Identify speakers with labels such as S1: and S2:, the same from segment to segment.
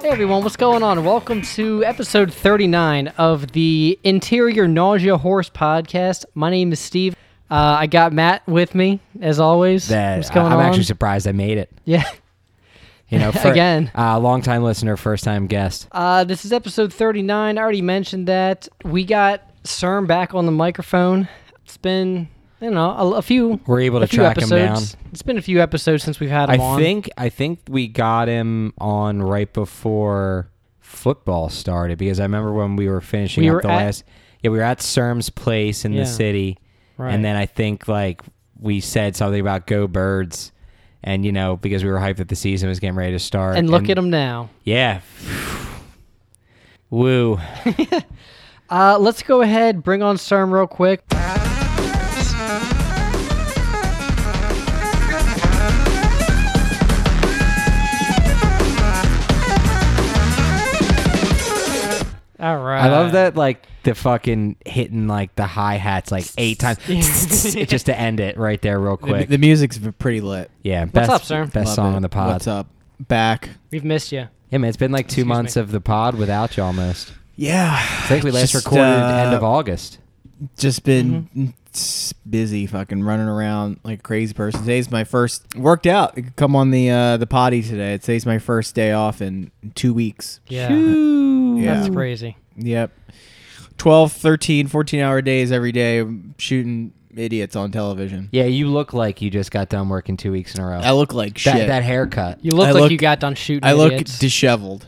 S1: Hey everyone, what's going on? Welcome to episode 39 of the Interior Nausea Horse Podcast. My name is Steve. Uh, I got Matt with me, as always. what's
S2: That
S1: going
S2: I- I'm
S1: on?
S2: actually surprised I made it.
S1: yeah.
S2: You know, for,
S1: Again.
S2: uh, long time listener, first time guest.
S1: Uh, this is episode 39. I already mentioned that. We got CERN back on the microphone. It's been, you know, a, a few.
S2: We're able to
S1: a few
S2: track him
S1: episodes. It's been a few episodes since we've had
S2: I
S1: him on.
S2: think I think we got him on right before football started because I remember when we were finishing
S1: We
S2: up
S1: were
S2: the
S1: at-
S2: last. Yeah, we were at Serm's place in
S1: Yeah.
S2: the city,
S1: Right.
S2: and then I think like we said something about go birds, and you know because we were hyped that the season was getting ready to start.
S1: And look at him now.
S2: Yeah. Woo.
S1: Uh, let's go ahead, bring on CERN real quick. All right.
S2: I love that, like the fucking hitting like the hi hats like eight times just to end it right there, real
S3: The,
S2: quick.
S3: the music's v- pretty lit.
S2: yeah, best,
S1: up, sir?
S2: Best
S3: Love
S2: song
S3: it.
S2: on the pod.
S3: What's up? Back.
S1: We've missed you.
S2: Yeah, man, it's been like two
S1: Excuse
S2: months
S1: me.
S2: of the pod without you almost.
S3: Yeah.
S2: I think we last
S3: Just,
S2: recorded end
S3: uh,
S2: of August.
S3: Just been
S1: Mm-hmm.
S3: s- busy, fucking running around like a crazy person. Today's my first worked out. Come on the uh, the potty today. Today's my first day off in two weeks.
S1: Yeah.
S3: Yeah.
S1: That's crazy.
S3: Yep. 12, 13, 14 hour days every day shooting idiots on television.
S2: Yeah, you look like you just got done working two weeks in a row.
S3: I look like
S2: that,
S3: shit.
S2: that haircut.
S1: You look
S3: I
S1: like
S3: look-
S1: you got done shooting.
S3: I look
S1: idiots.
S3: disheveled.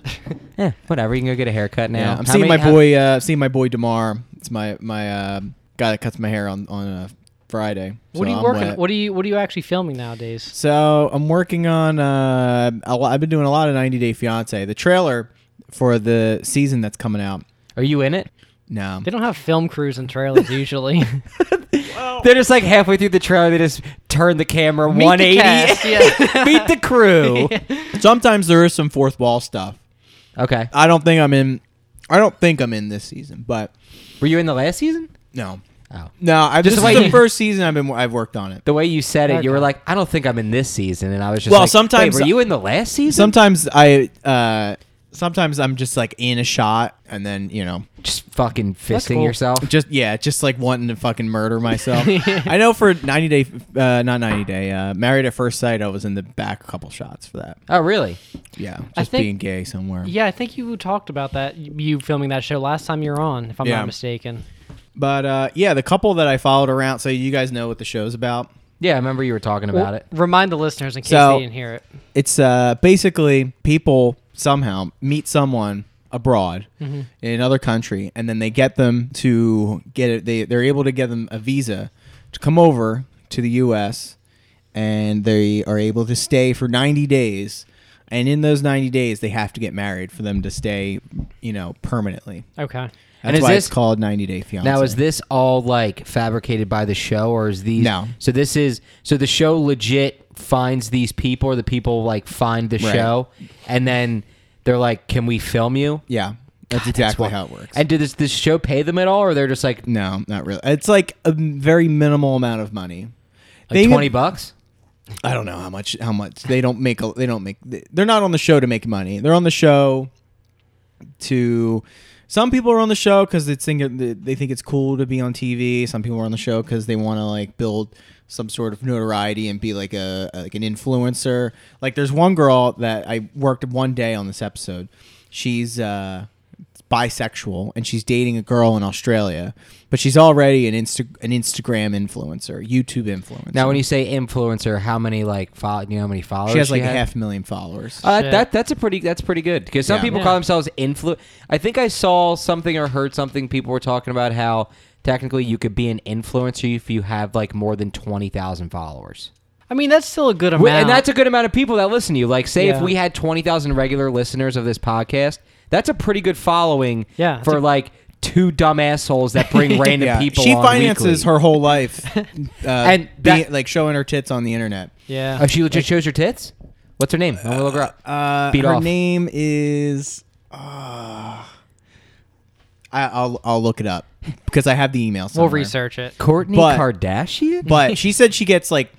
S2: Yeah, whatever. You can go get a haircut now.
S3: Yeah, I'm
S2: How
S3: seeing
S2: many-
S3: my
S2: how-
S3: boy. Uh, seeing my boy Demar. It's my my uh, guy that cuts my hair on on uh, Friday.
S1: What
S3: So
S1: are you
S3: I'm
S1: working?
S3: wet.
S1: What are you What are you actually filming nowadays?
S3: So I'm working on. Uh, a lo- I've been doing a lot of 90 Day Fiance. The trailer for the season that's coming out.
S2: Are you in it?
S3: No,
S1: They don't have film crews and trailers usually.
S2: They're just like halfway through the trailer. They just turn the camera
S1: Meet the
S2: 180.
S1: cast, yeah.
S2: Meet the crew.
S3: sometimes there is some fourth wall stuff.
S2: Okay.
S3: I don't think I'm in. I don't think I'm in this season, but
S2: Were you in the last season?
S3: no,
S2: Oh.
S3: no. I,
S2: Just
S3: this
S2: wait.
S3: is the first season I've been. I've worked on it.
S2: The way you said it, you were
S1: Okay.
S2: like, I don't think I'm in this season. And I was just
S3: Well,
S2: like,
S3: sometimes-
S2: Wait, were you in the last season?
S3: Sometimes I. Uh, sometimes I'm just like in a shot, and then you know.
S2: just fucking fisting
S1: cool.
S2: yourself.
S3: just yeah, just like wanting to fucking murder myself. I know for ninety day, uh, not ninety day, uh, married at first sight. I was in the back a couple shots for that.
S2: Oh, really?
S3: Yeah, just
S1: I think-
S3: being gay somewhere.
S1: yeah, I think you talked about that. You filming that show last time you were on, if I'm
S3: Yeah.
S1: not mistaken.
S3: But uh, yeah, the couple that I followed around. So you guys know what the show's about.
S2: Yeah, I remember you were talking about it.
S1: Remind the listeners in case
S3: So-
S1: they didn't hear it.
S3: It's uh, basically people somehow meet someone abroad
S2: Mm-hmm.
S3: in another country, and then they get them to get it. They they're able to get them a visa to come over to the U.S. and they are able to stay for 90 days. And in those 90 days, they have to get married for them to stay, you know, permanently.
S1: Okay.
S3: That's
S2: And is
S3: why
S2: this-
S3: it's called 90 Day Fiance.
S2: Now, is this all like fabricated by the show or is these.
S3: No.
S2: So this is. So the show legit finds these people or the people like find the
S3: Right.
S2: show and then they're like, can we film you?
S3: Yeah, that's
S2: That's
S3: exactly
S2: why-
S3: how it works.
S2: And did this, this show pay them at all or they're just like,
S3: no, not really. It's like a very minimal amount of money.
S2: like
S3: They
S2: 20
S3: even-
S2: bucks?
S3: I don't know how much how much they don't make a, they don't make they're not on the show to make money. They're on the show to some people are on the show cuz they think it, they think it's cool to be on TV. Some people are on the show cuz they want to like build some sort of notoriety and be like a like an influencer. Like there's one girl that I worked one day on this episode. She's uh bisexual and she's dating a girl in Australia, but she's already an Insta- an Instagram influencer, YouTube influencer.
S2: Now, when you say influencer, how many like follow, you know how many followers
S3: Oh, she has like
S2: had?
S3: a half million followers.
S2: Uh,
S1: Shit.
S2: that that's a pretty that's pretty good because some
S3: Yeah.
S2: people
S1: Yeah.
S2: call themselves influ. I think I saw something or heard something. People were talking about how technically you could be an influencer if you have like more than twenty thousand followers,
S1: I mean, that's still a good
S2: Wh-
S1: amount.
S2: and that's a good amount of people that listen to you. Like, say if
S1: Yeah.
S2: we had twenty thousand regular listeners of this podcast, that's a pretty good following.
S1: Yeah, it's
S2: for
S1: a-
S2: like two dumb assholes that bring random people.
S3: she
S2: on
S3: finances
S2: weekly.
S3: her whole life, uh,
S2: And
S3: and
S2: that-
S3: like showing her tits on the internet.
S1: yeah.
S2: Oh, she legit shows her tits. What's her name? I'm gonna look her up.
S3: Uh,
S2: Beat
S3: her
S2: off.
S3: name is uh, I, I'll I'll look it up because I have the email.
S1: We'll
S3: Somewhere.
S1: research it.
S2: Courtney
S3: But-
S2: Kardashian?
S3: But she said she gets like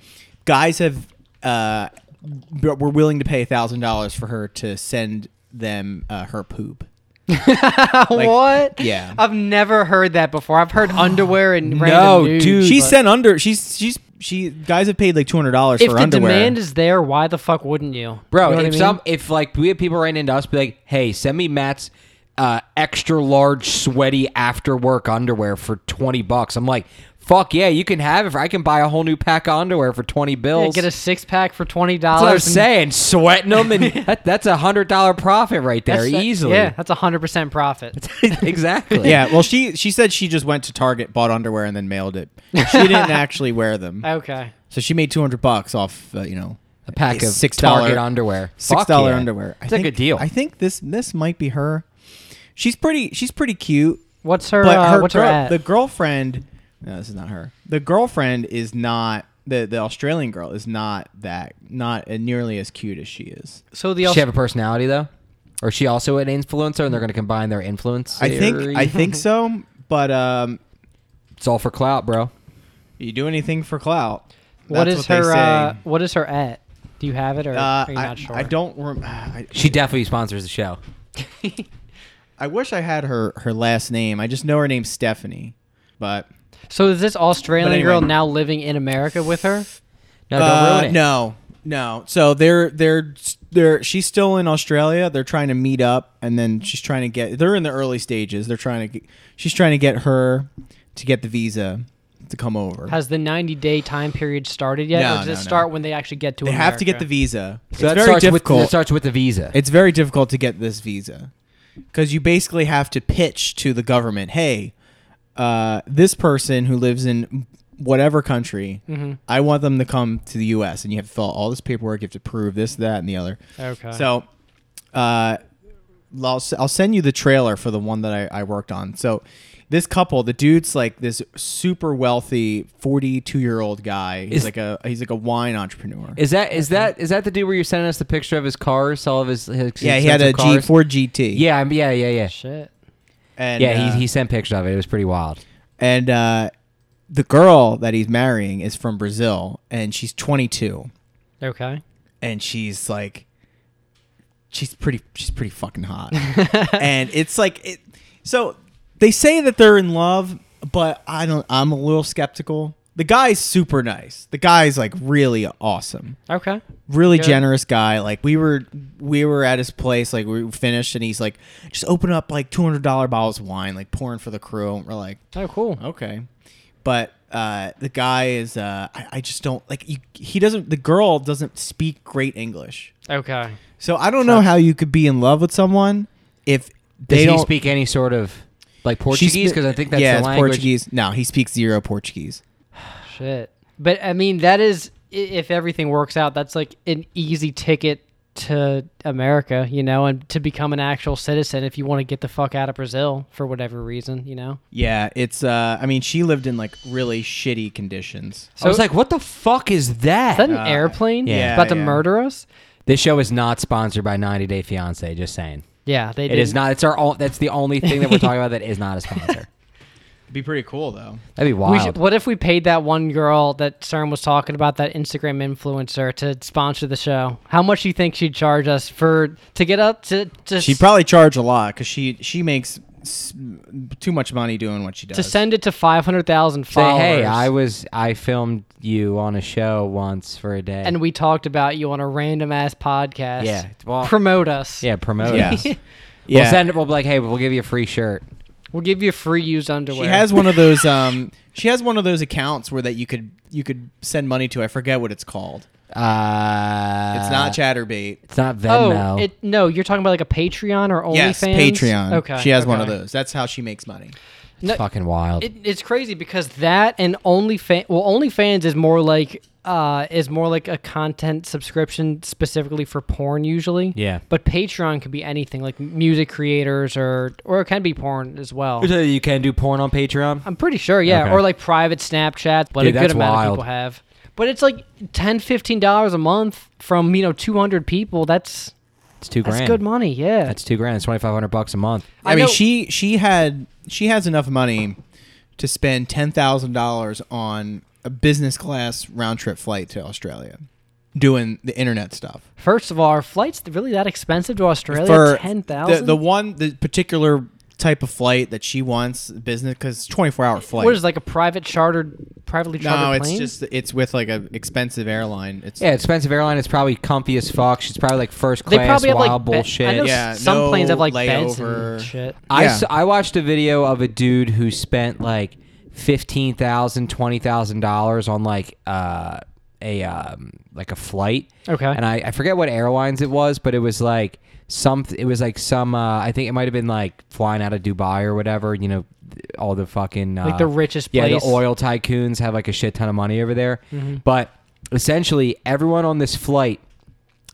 S3: guys have uh b- were willing to pay thousand dollars for her to send them uh, her poop. Like,
S1: what?
S3: yeah.
S1: I've never heard that before. I've heard underwear and
S2: No,
S1: random nudes,
S2: dude,
S1: but-
S3: She sent under. She's she's she guys have paid like two hundred dollars
S1: If
S3: for
S1: the
S3: underwear.
S1: demand is there, why the fuck wouldn't you,
S2: Bro,
S1: You know what
S2: if
S1: I mean?
S2: some if like we had people ran into us be like, hey, send me Matt's uh, extra large sweaty after work underwear for twenty bucks. I'm like, fuck yeah, you can have it. for- I can buy a whole new pack of underwear for twenty
S1: Yeah,
S2: bills.
S1: get a six pack for twenty
S2: that's what I'm
S1: dollars.
S2: saying. Sweating them and that, that's a hundred dollar profit right there easily.
S1: Yeah, that's a hundred percent profit.
S2: exactly.
S3: yeah, well, she she said she just went to Target, bought underwear, and then mailed it. She didn't actually wear them,
S1: okay.
S3: so she made two hundred bucks off. Uh, you know,
S2: a pack of
S3: Six
S2: six
S3: dollar-
S2: dollar underwear.
S3: six
S2: Fuck
S3: dollar
S2: yeah.
S3: underwear. I
S2: It's a
S3: think-
S2: good deal.
S3: I think this this might be her. She's pretty. She's pretty cute,
S1: What's her?
S3: but
S1: uh,
S3: her,
S1: what's
S3: girl-
S1: her at?
S3: the girlfriend. No, this is not her. The girlfriend is not the the Australian girl is not that not uh, nearly as cute as she is.
S1: so the
S2: Does
S1: Aus-
S2: she have a personality though? Or is she also an influencer and they're gonna combine their influence?
S3: I think I think so, but um,
S2: it's all for clout, bro.
S3: you do anything for clout.
S1: what
S3: That's
S1: is
S3: what they
S1: her?
S3: say.
S1: Uh, what is her at? Do you have it or
S3: Uh,
S1: are you
S3: I,
S1: not sure?
S3: I don't. Rem- I,
S2: She definitely sponsors the show.
S3: I wish I had her her last name. I just know her name's Stephanie, but
S1: So is this Australian
S3: But anyway.
S1: girl now living in America with her?
S2: No, don't
S3: Uh,
S2: ruin it.
S3: no, no. So they're they're they're she's still in Australia. They're trying to meet up, and then she's trying to get. They're in the early stages. They're trying to. Get, she's trying to get her to get the visa to come over.
S1: Has the ninety day time period started yet?
S3: No,
S1: or does
S3: no,
S1: it
S3: no.
S1: start when they actually get to?
S3: they have to get the
S1: America?
S3: visa.
S2: So
S3: it's
S2: that
S3: very
S2: starts With, that
S3: difficult.
S2: starts with the visa.
S3: it's very difficult to get this visa because you basically have to pitch to the government, hey, uh, this person who lives in whatever country,
S2: Mm-hmm.
S3: I want them to come to the U.S. and you have to fill out all this paperwork, you have to prove this, that, and the other.
S1: Okay.
S3: So, uh, I'll, s- I'll send you the trailer for the one that I, I worked on. So, this couple, the dude's like this super wealthy forty-two-year-old guy. He's
S2: Is-
S3: like a he's like a wine entrepreneur.
S2: is that is that is that the dude where you're sending us the picture of his cars, all of his, his
S3: yeah, he had a
S2: expensive cars?
S3: G4 GT.
S2: Yeah, I'm- yeah, yeah, yeah.
S1: shit.
S3: and,
S2: yeah,
S3: uh,
S2: he, he sent pictures of it. It was pretty wild.
S3: and uh, the girl that he's marrying is from Brazil, and she's 22,
S1: Okay.
S3: and she's like, she's pretty, she's pretty fucking hot, and it's like it. So they say that they're in love, but I don't. I'm a little skeptical. The guy's super nice. The guy's like really awesome
S1: Okay.
S3: really
S1: Yeah.
S3: generous guy. Like we were we were at his place, like we finished, and he's like, just open up like two hundred dollar bottles of wine, like pouring for the crew. And we're like,
S1: Oh, cool.
S3: okay, but uh, the guy is uh, I, I just don't like you, he doesn't the girl doesn't speak great English,
S1: Okay.
S3: so I don't know how you could be in love with someone if
S2: Does
S3: they
S2: he
S3: don't
S2: speak any sort of like
S3: she
S2: Portuguese?
S3: spe-
S2: Because I think that's
S3: yeah,
S2: the
S3: it's
S2: language.
S3: Portuguese. No, he speaks zero Portuguese.
S1: Shit. But I mean, that is i- if everything works out, that's like an easy ticket to America, you know, and to become an actual citizen if you want to get the fuck out of Brazil for whatever reason, you know.
S3: Yeah, it's. uh I mean, she lived in like really shitty conditions.
S2: I was like, what the fuck is that?
S1: Is that an
S3: Uh,
S1: airplane
S3: yeah,
S1: that's about to
S3: yeah.
S1: murder us?
S2: this show is not sponsored by 90 Day Fiance. Just saying,
S1: Yeah, they
S2: it is not. It's our. All, that's the only thing that we're talking about that is not a sponsor.
S3: It'd be pretty cool though.
S2: That'd be
S1: We
S2: wild.
S1: should, what if we paid that one girl that CERN was talking about, that Instagram influencer, to sponsor the show? How much do you think she'd charge us for to get up to to,
S3: She
S1: s-
S3: probably charge a lot because she she makes s- too much money doing what she does.
S1: to send it to five hundred thousand
S2: Say,
S1: followers?
S2: hey, I was I filmed you on a show once for a day.
S1: and we talked about you on a random ass podcast.
S2: Yeah, well-
S1: promote us.
S2: yeah, promote
S3: Yeah.
S2: us.
S3: yeah,
S2: We'll send it. We'll be like, hey, we'll give you a free shirt.
S1: we'll give you free used underwear.
S3: she has one of those um she has one of those accounts where that you could you could send money to. I forget what it's called.
S2: Uh,
S3: It's not ChatterBait.
S2: It's not
S1: Oh,
S2: Venmo.
S1: it, no, you're talking about like a Patreon or OnlyFans.
S3: Yes, Patreon.
S1: Okay,
S3: she has one of
S1: okay.
S3: those. That's how she makes money.
S2: it's
S1: no-
S2: fucking wild.
S1: It, it's crazy because that and OnlyFans. Well, OnlyFans is more like uh is more like a content subscription specifically for porn usually.
S2: Yeah.
S1: But Patreon could be anything like music creators or or it can be porn as well.
S2: you can do porn on Patreon.
S1: I'm pretty sure, yeah.
S2: Okay.
S1: Or like private Snapchats, but
S2: Dude,
S1: a good
S2: that's
S1: amount of
S2: wild.
S1: people have. But it's like 10 dollars a month from you know two hundred people. That's
S2: It's two grand.
S1: That's good money. Yeah.
S2: That's two grand. It's twenty five hundred bucks a month.
S3: I,
S1: I
S3: mean,
S1: know-
S3: she she had she has enough money to spend ten thousand dollars on a business class round trip flight to Australia, doing the internet stuff.
S1: First of all, are flights really that expensive to Australia?
S3: For
S1: Ten
S3: The,
S1: thousand.
S3: the one the particular type of flight that she wants business because it's twenty four hour flight.
S1: What is it, like a private chartered, privately chartered
S3: no, it's
S1: plane?
S3: just it's with like a expensive airline. It's
S2: Yeah, expensive airline. It's probably comfy as fuck. She's probably like first
S1: They
S2: class.
S1: probably have, like,
S2: wild
S1: be- I
S2: bullshit.
S1: know
S3: Yeah,
S1: s- some planes
S3: no
S1: have like beds
S3: layover.
S1: and shit.
S2: I,
S3: Yeah.
S2: s- I watched a video of a dude who spent like fifteen thousand, twenty thousand dollars on like uh, a um, like a flight.
S1: Okay.
S2: And uh, I, I forget what airlines it was, but it was like some. It was like some. Uh, I think it might have been like flying out of Dubai or whatever. You know, th- all the fucking uh,
S1: Like the richest
S2: Yeah, the
S1: place. Mm-hmm.
S2: oil tycoons have like a shit ton of money over there. But essentially, everyone on this flight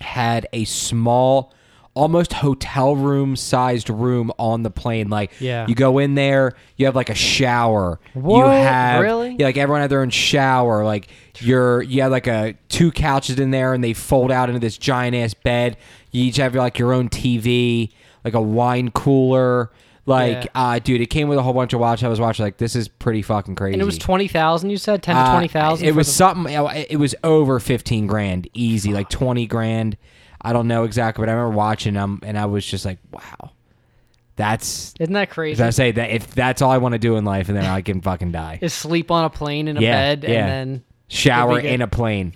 S2: had a small, almost hotel room sized room on the plane. Like,
S1: Yeah.
S2: you go in there, you have like a shower. You
S1: What?
S2: have
S1: Really?
S2: Yeah, like everyone had their own shower. Like you're you have like a two couches in there, and they fold out into this giant ass bed. You each have like your own TV, like a wine cooler. Like,
S1: Yeah.
S2: uh, dude, it came with a whole bunch of watch. I was watching, like, this is pretty fucking crazy.
S1: and it was twenty thousand. You said ten to
S2: Uh,
S1: twenty thousand.
S2: It was something. It was over fifteen grand, easy, like twenty grand. I don't know exactly, but I remember watching them, and I was just like, "Wow, that's."
S1: Isn't that crazy?
S2: As I say that if that's all I want to do in life, and then I can fucking die.
S1: Is sleep on a plane in a
S2: Yeah,
S1: bed
S2: yeah.
S1: and then
S2: Shower
S1: It'd be good.
S2: in a plane.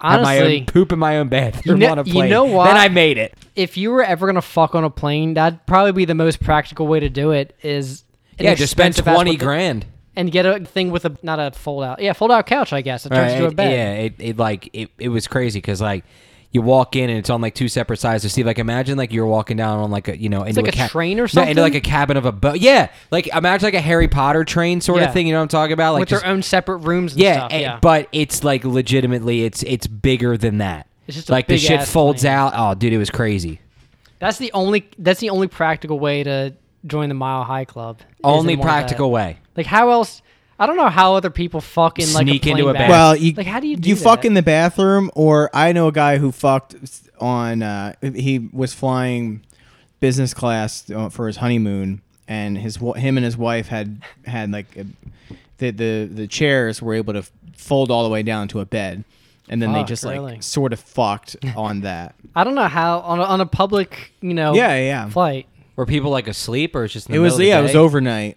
S2: Have my own
S1: honestly,
S2: poop in my own bathroom
S1: You know-
S2: on a
S1: you
S2: plane.
S1: know what?
S2: Then I made it.
S1: if you were ever gonna fuck on a plane, that'd probably be the most practical way to do it. Is an
S2: yeah, just spend
S1: expensive ass
S2: twenty
S1: with-
S2: grand.
S1: and get a thing with a not a fold out. Yeah, fold out couch. I guess it turns
S2: Right,
S1: into a
S2: it-
S1: bed.
S2: Yeah, it, it like it, it was crazy because like you walk in and it's on like two separate sides of Steve. Like imagine like you're walking down on like a you know into
S1: like a train or
S2: No, into like a cabin of a boat. Yeah, like imagine like a Harry Potter train sort
S1: Yeah.
S2: of thing. You know what I'm talking about? Like
S1: with
S2: just,
S1: their own separate rooms and
S2: yeah,
S1: stuff.
S2: eh,
S1: yeah.
S2: but it's like legitimately it's it's bigger than that.
S1: It's just a
S2: like the
S1: big
S2: shit
S1: ass
S2: folds
S1: plane.
S2: out. Oh, dude, it was crazy.
S1: that's the only that's the only practical way to join the Mile High Club. is
S2: Only
S1: in one of that.
S2: practical way.
S1: Like how else? I don't know how other people fucking like
S2: Sneak
S1: a plane
S2: into a
S1: bath.
S2: bath.
S3: Well, you,
S1: like how do you do
S3: you
S1: that?
S3: fuck in the bathroom, or I know a guy who fucked s- on. Uh, he was flying business class uh, for his honeymoon, and his wa- him and his wife had had like a, the the the chairs were able to f- fold all the way down to a bed, and then they
S1: Fuck,
S3: just
S1: really?
S3: like sort of fucked on that.
S1: I don't know how on a, on a public you know
S3: Yeah, yeah.
S1: flight.
S2: Were people like asleep or it's just in
S3: It
S2: the
S3: was
S2: middle of the
S3: yeah, it was
S2: day?
S3: overnight.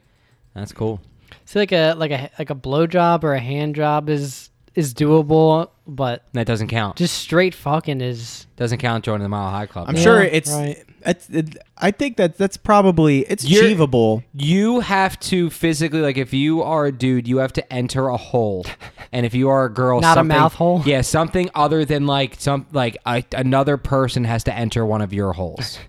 S2: That's cool.
S1: See, like a like a like a blow job or a hand job is is doable, but
S2: That doesn't count.
S1: just straight fucking is
S2: doesn't count joining the Mile High Club.
S3: I'm
S2: though.
S3: sure
S1: Yeah,
S3: it's.
S1: right.
S3: it's- it- I think that that's probably it's
S2: You're-
S3: achievable.
S2: You have to physically, like, if you are a dude, you have to enter a hole, and if you are a girl,
S1: Not a
S2: something-
S1: mouth hole?
S2: Yeah, something other than like some like a, another person has to enter one of your holes.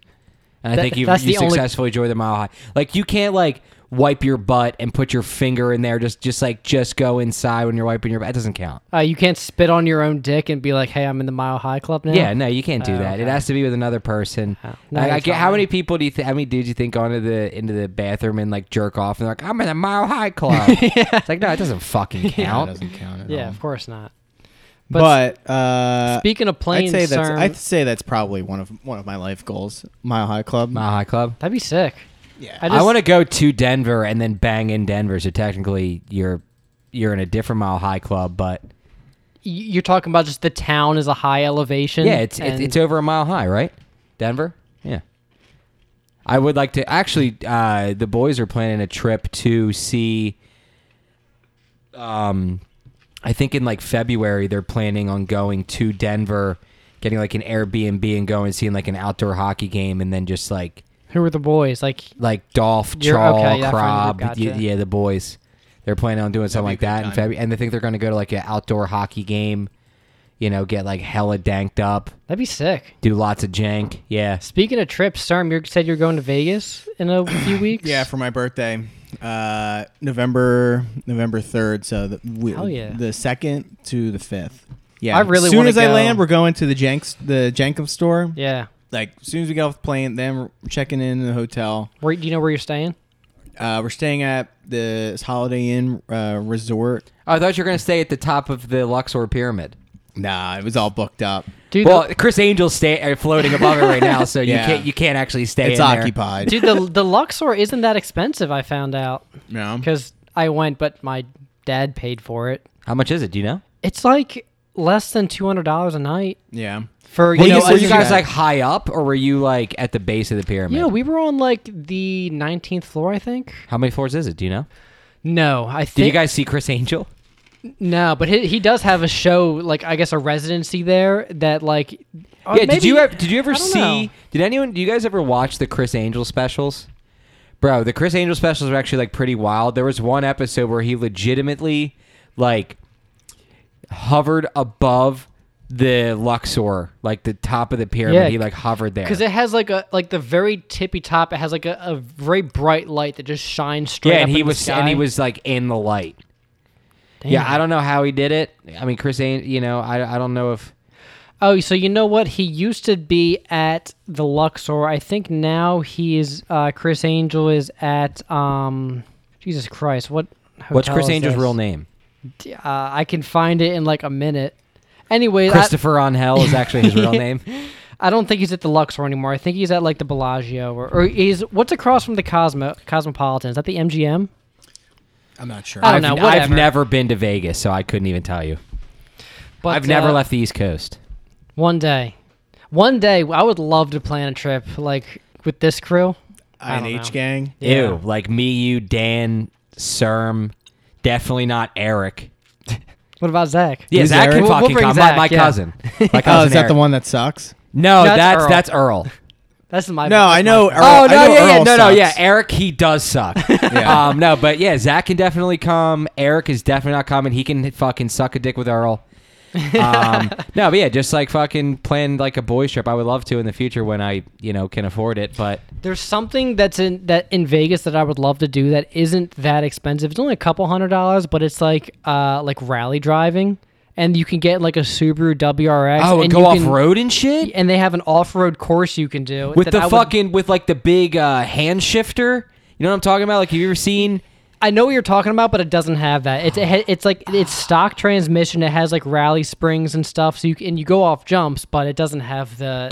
S2: And I
S1: That-
S2: think you
S1: that's
S2: you
S1: the only-
S2: successfully joined the mile high. Like you can't like wipe your butt and put your finger in there. Just just like just go inside when you're wiping your butt. That doesn't count.
S1: uh, you can't spit on your own dick and be like, hey, I'm in the Mile High Club now.
S2: Yeah, no, you can't do
S1: Oh,
S2: that. It
S1: okay.
S2: has to be with another person.
S1: No,
S2: I, I
S1: that's
S2: get,
S1: fine.
S2: how many people do you think? How many dudes you think go into the into the bathroom and like jerk off and they're like, I'm in a mile high club. It's like no, it doesn't fucking
S3: Yeah, it
S2: count.
S3: doesn't count at
S1: yeah,
S3: all.
S1: of course not. But,
S3: But, uh,
S1: speaking of
S3: I'd
S1: planes,
S3: say that's
S1: CERN,
S3: I'd say that's probably one of one of my life goals. Mile High Club.
S2: mile high club.
S1: that'd be sick.
S3: yeah.
S1: I
S2: I,
S1: just
S2: want to go to Denver and then bang in Denver. So technically, you're you're in a different mile high club, but
S1: y- you're talking about just the town is a high elevation.
S2: yeah, it's it's,
S1: and-
S2: it's over a mile high, right? Denver. Yeah. I would like to actually. Uh, the boys are planning a trip to see. Um, I think in like February they're planning on going to Denver, getting like an Airbnb and going and seeing like an outdoor hockey game, and then just like
S1: who are the boys? Like
S2: like Dolph,
S1: You're-
S2: Chaw,
S1: okay, yeah, I
S2: Crab,
S1: finally
S2: y-
S1: gotcha.
S2: yeah, the boys. They're planning on doing something like
S3: be a good
S2: that in
S3: time.
S2: February, and they think they're going to go to like an outdoor hockey game. You know, get like hella danked up
S1: that'd be sick.
S2: do lots of jank. Yeah.
S1: Speaking of trips, CERN, you said you're going to Vegas in a few weeks.
S3: yeah, for my birthday, uh, November November third. So the we,
S1: Hell yeah.
S3: the second to the fifth. Yeah,
S1: I really
S3: As soon
S1: wanna
S3: as I
S1: go.
S3: land, we're going to the Jenks the Jenkum store.
S1: yeah.
S3: Like as soon as we get off the plane, then we're checking in the hotel.
S1: Where do you know where you're staying?
S3: Uh, we're staying at the Holiday Inn uh, Resort.
S2: Oh, I thought you were going to stay at the top of the Luxor pyramid.
S3: Nah, it was all booked up.
S1: Dude,
S2: Well, Chris Angel's sta- uh, floating above it right now, so
S3: Yeah.
S2: you can't you can't actually stay.
S3: It's
S2: in there.
S3: occupied.
S1: the, dude, the the Luxor isn't that expensive. I found out
S3: No.
S1: because I went, but my dad paid for it.
S2: How much is it? Do you know?
S1: It's like less than two hundred dollars a night
S3: Yeah.
S1: for you
S2: Were
S3: Well,
S2: you,
S1: know.
S3: can
S2: were
S1: a-
S3: see
S2: you guys
S3: that.
S2: like high up, or were you like at the base of the pyramid?
S1: yeah, we were on like the nineteenth floor, I think.
S2: How many floors is it? Do you know?
S1: No, I think
S2: Did you guys see Chris Angel?
S1: No, but he, he does have a show, like I guess a residency there that like. uh,
S2: yeah. did
S1: maybe-
S2: you ever? Did you ever
S1: I don't
S2: see?
S1: know.
S2: Did anyone? Do you guys ever watch the Chris Angel specials? Bro, the Chris Angel specials are actually like pretty wild. There was one episode where he legitimately like hovered above the Luxor, like the top of the pyramid.
S1: Yeah,
S2: he like hovered there.
S1: Because it has like a like the very tippy top. It has like a, a very bright light that just shines straight.
S2: yeah,
S1: up
S2: and he
S1: in the
S2: was and he
S1: sky.
S2: was like in the light.
S1: Damn.
S2: Yeah, I don't know how he did it. I mean, Chris Angel, you know, I I don't know if
S1: Oh, so you know what? He used to be at the Luxor. I think now he is. Uh, Chris Angel is at. Um, Jesus Christ, what?
S2: what's
S1: hotel
S2: Chris
S1: is
S2: Angel's
S1: this?
S2: real name.
S1: Uh, I can find it in like a minute. Anyway, I,
S2: Christopher on Hell is actually his real name.
S1: I don't think he's at the Luxor anymore. I think he's at like the Bellagio or, or he's what's across from the Cosmo Cosmopolitan. Is that the MGM?
S3: I'm not sure.
S1: I don't
S2: I've,
S1: know,
S2: I've
S1: whatever.
S2: never been to Vegas, so I couldn't even tell you.
S1: But
S2: I've never
S1: uh,
S2: left the East Coast.
S1: One day, one day, I would love to plan a trip like with this crew. I don't know.
S3: INH gang.
S1: Yeah.
S2: Ew, like me, you, Dan, Serm, definitely not Eric.
S1: What about Zach?
S2: Yeah,
S3: Who's
S2: Zach
S3: Eric?
S2: can
S1: We'll- we'll
S2: fucking
S1: bring
S2: come.
S1: Zach,
S2: my, my
S1: yeah.
S2: cousin. My cousin
S3: Oh, is that
S2: Eric.
S3: the one that sucks?
S2: No,
S1: No,
S2: that's that's
S1: that's
S2: Earl.
S1: That's my.
S3: No,
S1: that's
S3: I
S1: my
S3: know
S1: friend.
S3: Earl-
S2: oh
S3: I
S2: no,
S3: know
S2: yeah, yeah,
S3: Earl
S2: no, no, yeah.
S3: sucks.
S2: Eric, he does suck.
S3: Yeah.
S2: Um, no, but yeah, Zach can definitely come. Eric is definitely not coming. He can fucking suck a dick with Earl. um, no, but yeah, just like fucking plan like a boys trip. I would love to in the future when I you know can afford it. But
S1: There's something that's in that in Vegas that I would love to do that isn't that expensive. It's only a couple hundred dollars, but it's like uh like rally driving, and you can get like a Subaru WRX.
S2: oh, and
S1: you
S2: go off
S1: can-
S2: road and shit.
S1: and they have an off-road course you can do
S2: with
S1: that
S2: the
S1: I would-
S2: fucking with like the big uh, hand shifter. You know what I'm talking about? Like, have you ever seen?
S1: I know what you're talking about, but it doesn't have that. It's it ha- it's like it's stock transmission. It has like rally springs and stuff, so you can, and you go off jumps, but it doesn't have the
S2: Dude,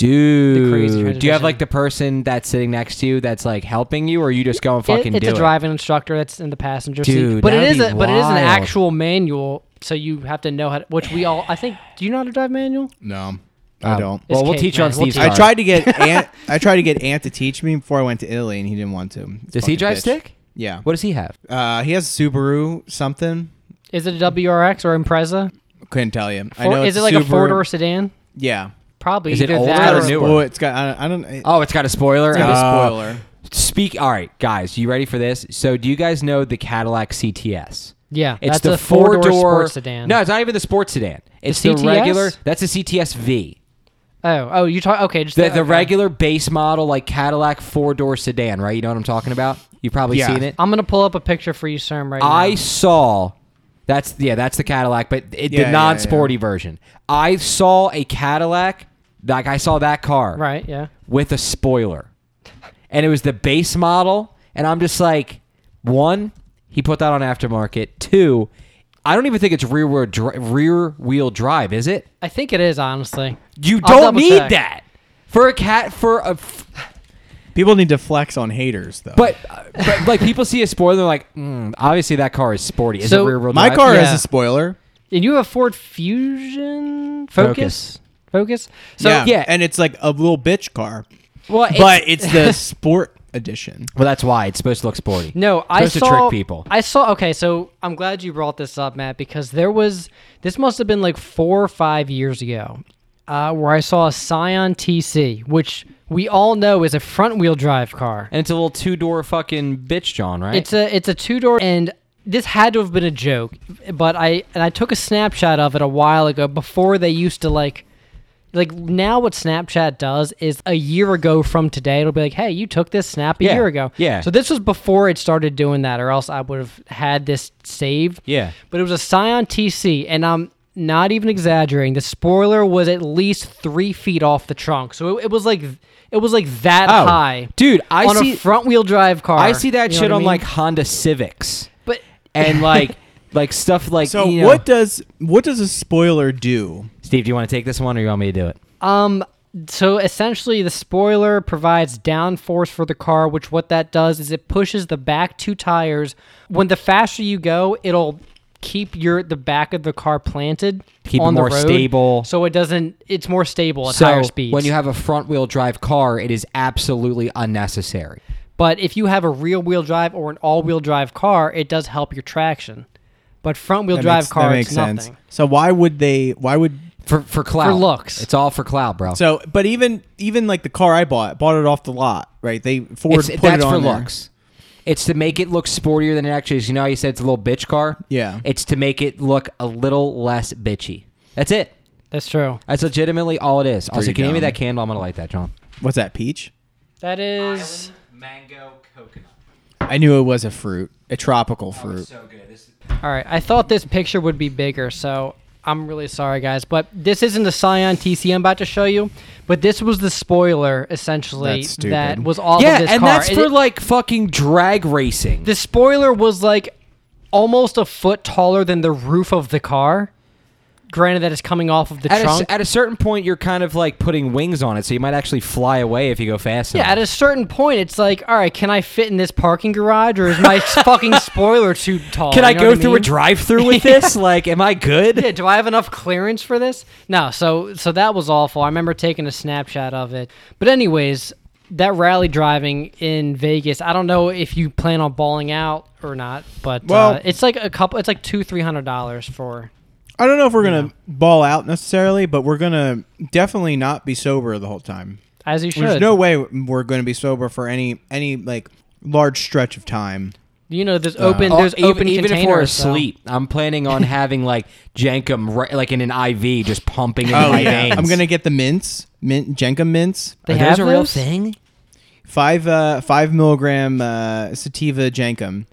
S2: do you have
S1: transmission.
S2: like the person that's sitting next to you that's like helping you, or you just go and
S1: It-
S2: fucking
S1: it's
S2: do
S1: a driving instructor that's in the passenger
S2: Dude,
S1: seat, but
S2: that
S1: it
S2: would
S1: is
S2: be
S1: a, but it is an
S2: wild.
S1: actual manual, so you have to know how. To, which we all I think. Do you know how to drive manual?
S3: No,
S2: Um,
S3: I don't.
S2: Well,
S1: It's
S2: we'll
S1: cake,
S2: teach you
S1: man.
S2: on
S1: We'll
S2: Steve's
S1: teach
S3: I
S2: car.
S3: tried to get Ant. I tried to get Ant to teach me before I went to Italy, and he didn't want to. He's a
S2: Does he
S3: fucking
S2: drive
S3: bitch.
S2: stick?
S3: Yeah.
S2: What does he have?
S3: Uh, he has a Subaru something.
S1: Is it a WRX or Impreza?
S3: Couldn't tell you. I
S1: Four-
S3: know
S1: is
S3: it's
S1: it like a
S3: Subaru.
S1: four-door sedan?
S3: Yeah.
S1: Probably.
S2: Is it
S1: either
S2: older
S1: that
S2: or
S3: It's
S1: or
S3: got a
S2: newer?
S3: spoil- It's got. I, I don't. It,
S2: Oh, it's got a spoiler.
S3: it's got
S2: Uh,
S3: a spoiler.
S2: Speak. All right, guys, you ready for this? So, do you guys know the Cadillac CTS?
S1: Yeah,
S2: It's
S1: that's
S2: the
S1: a four-door
S2: sports
S1: sports sedan.
S2: No, it's not even the sports sedan. It's the,
S1: CTS?
S2: regular. That's a CTS V.
S1: Oh, oh, you talk okay. Just
S2: The, the
S1: okay.
S2: regular base model, like Cadillac four door sedan, right? You know what I'm talking about? You've probably
S3: Yeah.
S2: seen it.
S1: I'm gonna pull up a picture for you, Serm. Right
S2: I
S1: now.
S2: saw that's yeah, that's the Cadillac, but it,
S3: Yeah,
S2: the
S3: yeah,
S2: non sporty version. I saw a Cadillac, like I saw that car
S1: Right. Yeah.
S2: with a spoiler, and it was the base model, and I'm just like, one, he put that on aftermarket. Two, I don't even think it's rear wheel dri- rear wheel drive, is it?
S1: I think it is honestly.
S2: You
S1: I'll
S2: don't
S1: double
S2: need
S1: check.
S2: that for a cat for a f-
S3: People need to flex on haters, though.
S2: But, uh, but like people see a spoiler, they're like, mm, obviously that car is sporty. Is
S1: So,
S2: it rear wheel
S3: my
S2: drive?
S3: car
S1: Yeah.
S3: has a spoiler.
S1: And you have a Ford Fusion Focus. Focus. So
S3: yeah.
S2: yeah.
S3: and it's like a little bitch car,
S2: Well, it's-
S3: but it's the sport edition.
S2: well, that's why it's supposed to look sporty.
S1: no, I
S2: Supposed to
S1: saw.
S2: trick people.
S1: I saw. Okay, so I'm glad you brought this up, Matt, because there was this must have been like four or five years ago, uh, where I saw a Scion TC, which we all know is a front wheel drive car.
S2: and it's a little two door fucking bitch, John. Right?
S1: It's a it's a two door, and this had to have been a joke. But I and I took a snapshot of it a while ago before they used to like. Like now, what Snapchat does is a year ago from today, it'll be like, "Hey, you took this snap a
S2: Yeah,
S1: year ago."
S2: yeah.
S1: So this was before it started doing that, or else I would have had this saved.
S2: Yeah.
S1: But it was a Scion TC, and I'm not even exaggerating. The spoiler was at least three feet off the trunk, so it, it was like it was like that
S2: Oh.
S1: high,
S2: Dude, I
S1: on
S2: see-
S1: a front wheel drive car.
S2: I see that
S1: You know
S2: shit
S1: what I
S2: on
S1: mean?
S2: like Honda Civics
S1: but
S2: and like like stuff like.
S3: So
S2: you know-
S3: what does what does a spoiler do?
S2: Steve, do you want to take this one, or you want me to do it?
S1: Um. So essentially, the spoiler provides downforce for the car, which what that does is it pushes the back two tires. When the faster you go, it'll keep your the back of the car planted,
S2: Keep it
S1: on the
S2: more
S1: road,
S2: stable.
S1: so it doesn't. It's more stable at
S2: so
S1: higher speeds.
S2: when you have a front wheel drive car, it is absolutely unnecessary.
S1: but if you have a real wheel drive or an all wheel drive car, it does help your traction. But front wheel
S3: That
S1: drive
S3: makes-
S1: car,
S3: that makes
S1: it's
S3: sense.
S1: nothing.
S3: So why would they? Why would
S2: For for cloud,
S1: looks.
S2: it's all for cloud, bro.
S3: so? But even even like the car I bought, bought it off the lot, right? They Ford
S2: it's,
S3: put
S2: that's
S3: it on
S2: for
S3: there.
S2: looks. It's to make it look sportier than it actually is. You know how you said it's a little bitch car?
S3: Yeah.
S2: It's to make it look a little less bitchy. That's it.
S1: That's true.
S2: That's legitimately all it is. also,
S3: Pretty
S2: can you give me
S3: dumb.
S2: that candle? I'm gonna light that, John.
S3: What's that? Peach?
S1: That is.
S2: mango coconut.
S3: I knew it was a fruit, a tropical fruit.
S2: So good. This is
S1: All right, I thought this picture would be bigger, so I'm really sorry, guys. But this isn't the Scion TC I'm about to show you, but this was the spoiler essentially
S3: That's stupid.
S1: that was all
S2: yeah,
S1: of this
S2: and
S1: car.
S2: that's
S1: It-
S2: for
S1: it-
S2: like fucking drag racing.
S1: the spoiler was like almost a foot taller than the roof of the car. Granted, that is coming off of the
S2: at, a,
S1: trunk.
S2: s- at a certain point, you're kind of like putting wings on it, so you might actually fly away if you go fast.
S1: yeah,
S2: enough.
S1: at a certain point, it's like, all right, can I fit in this parking garage, or is my fucking spoiler too tall?
S2: Can
S1: You
S2: I
S1: know
S2: go
S1: what
S2: through a
S1: mean?
S2: drive-through with this? Like, am I good?
S1: yeah, do I have enough clearance for this? No, so so that was awful. I remember taking a snapshot of it. But anyways, that rally driving in Vegas, I don't know if you plan on balling out or not, but
S3: Well-
S1: uh, it's like a couple it's like two, three hundred dollars for
S3: I don't know if we're gonna ball out necessarily, but we're gonna definitely not be sober the whole time.
S1: as you should.
S3: There's no way we're gonna be sober for any any like large stretch of time.
S1: you know, there's open
S2: Oh,
S1: there's
S2: even-
S1: open
S2: even if we're
S1: containers. so-
S2: asleep, I'm planning on having like Jankum right, like in an IV, just pumping into
S3: Oh
S2: my
S3: yeah,
S2: veins.
S3: I'm gonna get the mints, mint Jenka mints,
S1: They
S2: Are
S1: have
S2: those a real
S1: those?
S2: thing?
S3: five uh five milligram uh sativa Jenkum.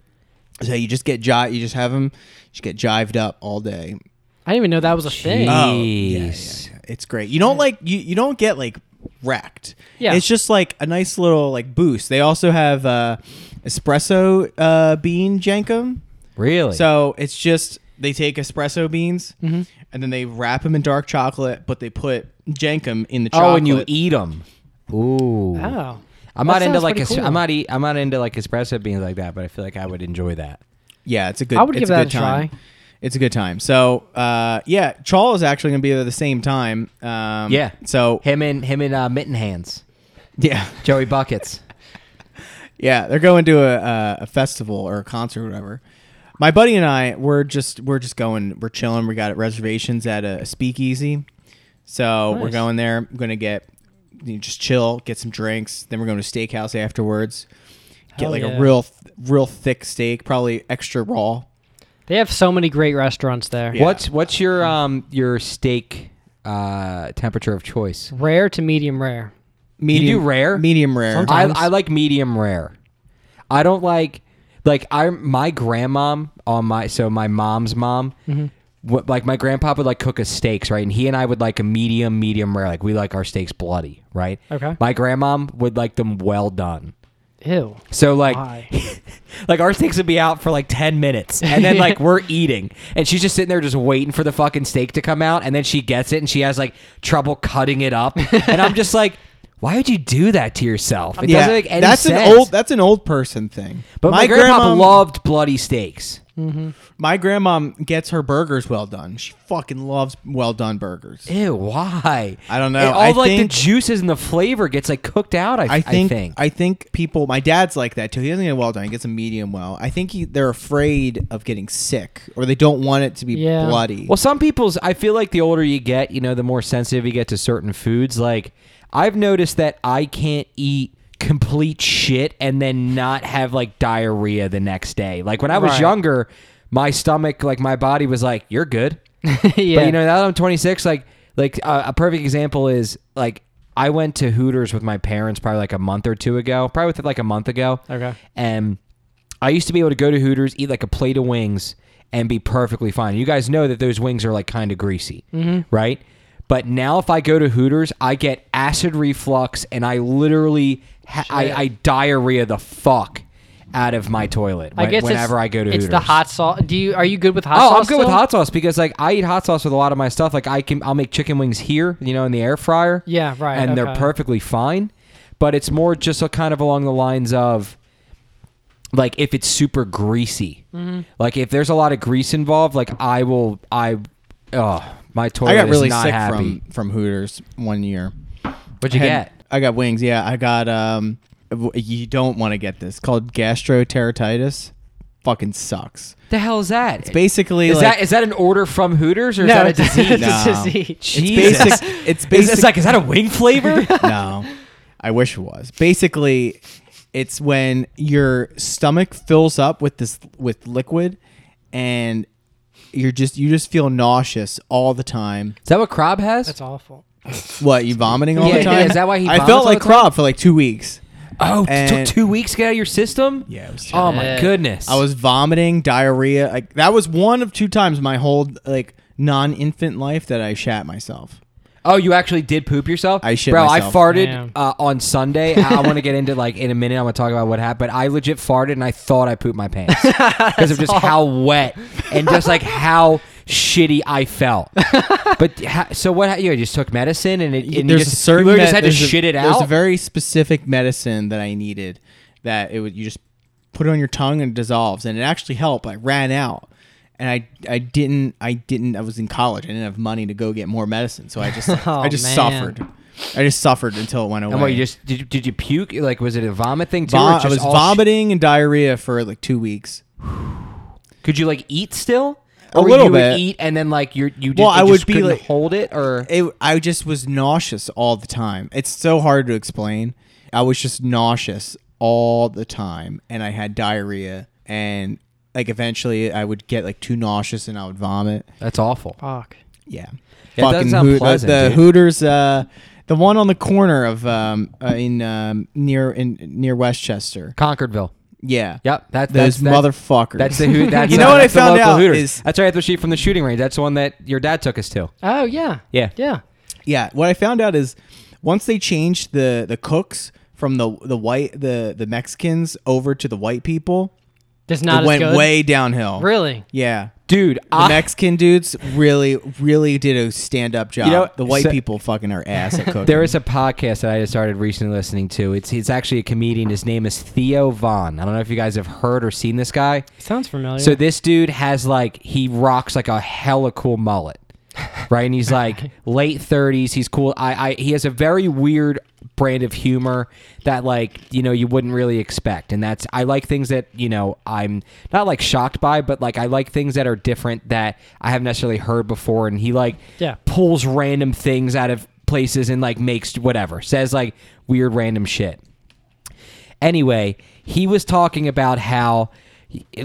S3: So you just get jive, you just have them, just get jived up all day.
S1: I didn't even know that was a thing.
S2: Jeez.
S3: Oh,
S2: Um,
S3: yeah, yeah,
S2: Jeez.
S3: yeah. it's great. You don't like you you don't get like wrecked.
S1: Yeah.
S3: it's just like a nice little like boost. They also have uh espresso uh bean Jenkum.
S2: Really?
S3: So it's just they take espresso beans and then they wrap them in dark chocolate, but they put jankum in the chocolate.
S2: oh, and you eat them. Ooh.
S1: Oh.
S2: I'm
S1: That
S2: not into
S1: sounds
S2: like
S1: pretty
S2: es-
S1: cool.
S2: I'm not eat, I'm not into like espresso beans like that, but I feel like I would enjoy that.
S3: Yeah, it's a good.
S1: I would
S3: it's
S1: give
S3: a
S1: that
S3: good
S1: a
S3: time.
S1: try.
S3: It's a good time. So uh, yeah, Chawl is actually going to be there at the same time. Um,
S2: Yeah.
S3: So
S2: Him and him and uh, Mitten Hands,
S3: yeah,
S2: Joey Buckets.
S3: yeah, they're going to a, a, a festival or a concert or whatever. My buddy and I, we're just we're just going. We're chilling. We got reservations at a, speakeasy, so we're
S1: Nice.
S3: going there. I'm gonna get you know, just chill, get some drinks. Then we're going to a steakhouse afterwards. Get
S1: Hell
S3: like
S1: yeah.
S3: a real th- real thick steak, probably extra raw.
S1: They have so many great restaurants there.
S3: Yeah.
S2: What's what's your um your steak uh, temperature of choice?
S1: Rare to medium rare.
S3: Medium
S2: rare?
S3: medium
S2: I,
S3: rare.
S1: Sometimes.
S2: I like medium rare. I don't like like I my grandmom on my so my mom's mom.
S1: Mm-hmm.
S2: What, like my grandpa would like cook us steaks, right? And he and I would like a medium, medium rare. Like we like our steaks bloody, right?
S1: Okay.
S2: My grandmom would like them well done.
S1: Ew.
S2: So like,
S1: Why?
S2: like our steaks would be out for like ten minutes, and then like we're eating, and she's just sitting there just waiting for the fucking steak to come out, and then she gets it, and she has like trouble cutting it up, and I'm just like, why would you do that to yourself? It doesn't make any
S3: that's
S2: sense.
S3: an old that's an old person thing.
S2: but my, grandma loved bloody steaks.
S3: my grandma gets her burgers well done. She fucking loves well done burgers.
S2: Ew, why?
S3: I don't know.
S2: And all
S3: I
S2: like
S3: think-
S2: the juices and the flavor gets like cooked out. I,
S3: I think,
S2: I think.
S3: I think people. My dad's like that too. He doesn't get well done. He gets a medium well. I think he, they're afraid of getting sick or they don't want it to be
S1: Yeah.
S3: bloody.
S2: Well, some people's. I feel like the older you get, you know, the more sensitive you get to certain foods. Like I've noticed that I can't eat complete shit and then not have like diarrhea the next day. Like when I was
S1: Right.
S2: younger, my stomach, like my body, was like, "You're good."
S1: yeah.
S2: But you know, now that I'm 26, like, like uh, a perfect example is like I went to Hooters with my parents probably like a month or two ago, probably with like a month ago.
S1: Okay.
S2: And Um, I used to be able to go to Hooters, eat like a plate of wings, and be perfectly fine. You guys know that those wings are like kind of greasy,
S1: Mm-hmm.
S2: right? But now if I go to Hooters, I get acid reflux and I literally ha- I, I diarrhea the fuck. out of my toilet
S1: I
S2: when-
S1: guess it's-
S2: whenever I go to
S1: It's
S2: Hooters.
S1: the hot sauce. Do you are you good with hot
S2: Oh,
S1: sauce?
S2: I'm good with
S1: still?
S2: hot sauce because like I eat hot sauce with a lot of my stuff. Like I can, I'll make chicken wings here, you know, in the air fryer.
S1: Yeah, right,
S2: And they're
S1: okay.
S2: perfectly fine, but it's more just a kind of along the lines of like if it's super greasy,
S1: Mm-hmm.
S2: like if there's a lot of grease involved, like I will, I, oh, my toilet
S3: I got
S2: is
S3: really
S2: not
S3: sick
S2: happy.
S3: from from Hooters one year.
S2: What'd you
S3: Had-
S2: get?
S3: I got wings. Yeah, I got. um w- You don't want to get this. Called gastroenteritis. Fucking sucks.
S2: The hell is that? It's
S3: Basically,
S2: is
S3: like,
S2: that is that an order from Hooters or is
S1: No,
S2: that a
S1: it's a-
S2: disease?
S1: it's
S3: No.
S1: a disease.
S3: it's
S2: Jesus.
S3: basic. It's
S2: Is-
S3: basic.
S2: it's like is that a wing flavor?
S3: no, I wish it was. Basically, it's when your stomach fills up with this with liquid, and you're just you just feel nauseous all the time.
S2: Is that what Crab has?
S1: That's awful.
S3: What you vomiting all
S2: Yeah,
S3: the time?
S2: yeah, is that why he
S3: I
S2: vomits all
S3: felt like
S2: the time?
S3: crap for like two weeks.
S2: Oh, it took
S3: And-
S2: two weeks to get out of your system.
S3: Yeah, it was
S2: Oh
S3: terrible.
S2: my
S1: Yeah.
S2: goodness.
S3: I was vomiting, diarrhea. Like that was one of two times my whole like non-infant life that I shat myself.
S2: Oh, you actually did poop yourself?
S3: I shit
S2: Bro,
S3: myself.
S2: I farted
S1: Damn.
S2: uh, on Sunday. I want to get into like in a minute. I'm gonna talk about what happened. But I legit farted and I thought I pooped my pants because of just how wet and just like how shitty I felt. but ha- so what? ha- You just took medicine and it. And you
S3: there's
S2: just,
S3: a certain
S2: you literally
S3: med-
S2: just had to
S3: there's a-
S2: shit it
S3: There's a
S2: out.
S3: very specific medicine that I needed that it would you just put it on your tongue and it dissolves and it actually helped. I ran out. And I, I didn't I didn't I was in college. I didn't have money to go get more medicine. So I just like,
S1: Oh,
S3: I just
S1: man.
S3: suffered. I just suffered until it went away.
S2: and what you just did? You, did you puke? Like was it a vomit thing too? or
S3: Vom-
S2: just
S3: I was
S2: all sh-
S3: vomiting and diarrhea for like two weeks.
S2: Could you like eat still?
S3: A
S2: Or
S3: little
S2: you
S3: bit.
S2: Would eat and then like you're, you. Just,
S3: Well,
S2: it
S3: I would
S2: just
S3: be,
S2: couldn't
S3: like-
S2: hold it or.
S3: It, I just was nauseous all the time. It's so hard to explain. I was just nauseous all the time, and I had diarrhea, and like eventually I would get like too nauseous and I would vomit.
S2: That's awful.
S1: Fuck.
S3: Yeah,
S2: It does sound
S3: the-
S2: pleasant,
S3: the,
S2: dude.
S3: Hooters, uh, the one on the corner of um, uh, in um, near in near Westchester.
S2: Concordville.
S3: Yeah,
S2: Yep, that, that's
S3: those
S2: that's-
S3: motherfuckers.
S2: That's the who. That's
S3: you
S2: uh,
S3: know what I
S2: that's the
S3: found
S2: local
S3: out
S2: Hooters.
S3: is
S2: that's right up the street from the shooting range. That's the one that your dad took us to.
S1: Oh yeah.
S2: Yeah.
S1: Yeah.
S3: Yeah, what I found out is once they changed the the cooks from the the white the the Mexicans over to the white people,
S1: Just not
S3: it
S1: as
S3: went
S1: good.
S3: way downhill.
S1: Really?
S3: Yeah.
S2: Dude,
S3: The
S2: I,
S3: Mexican dudes really, really did a stand up job.
S2: You know,
S3: the white
S2: so-
S3: people fucking are ass at cooking.
S2: there is a podcast that I just started recently listening to. It's it's actually a comedian. His name is Theo Vaughn. I don't know if you guys have heard or seen this guy.
S1: Sounds familiar.
S2: So this dude has like he rocks like a hella cool mullet, right? And he's like late thirties. He's cool. I, I he has a very weird brand of humor that like you know you wouldn't really expect, and that's I like things that you know I'm not like shocked by, but like I like things that are different that I haven't necessarily heard before. And he like
S1: Yeah.
S2: pulls random things out of places and like makes whatever says like weird random shit. Anyway, he was talking about how,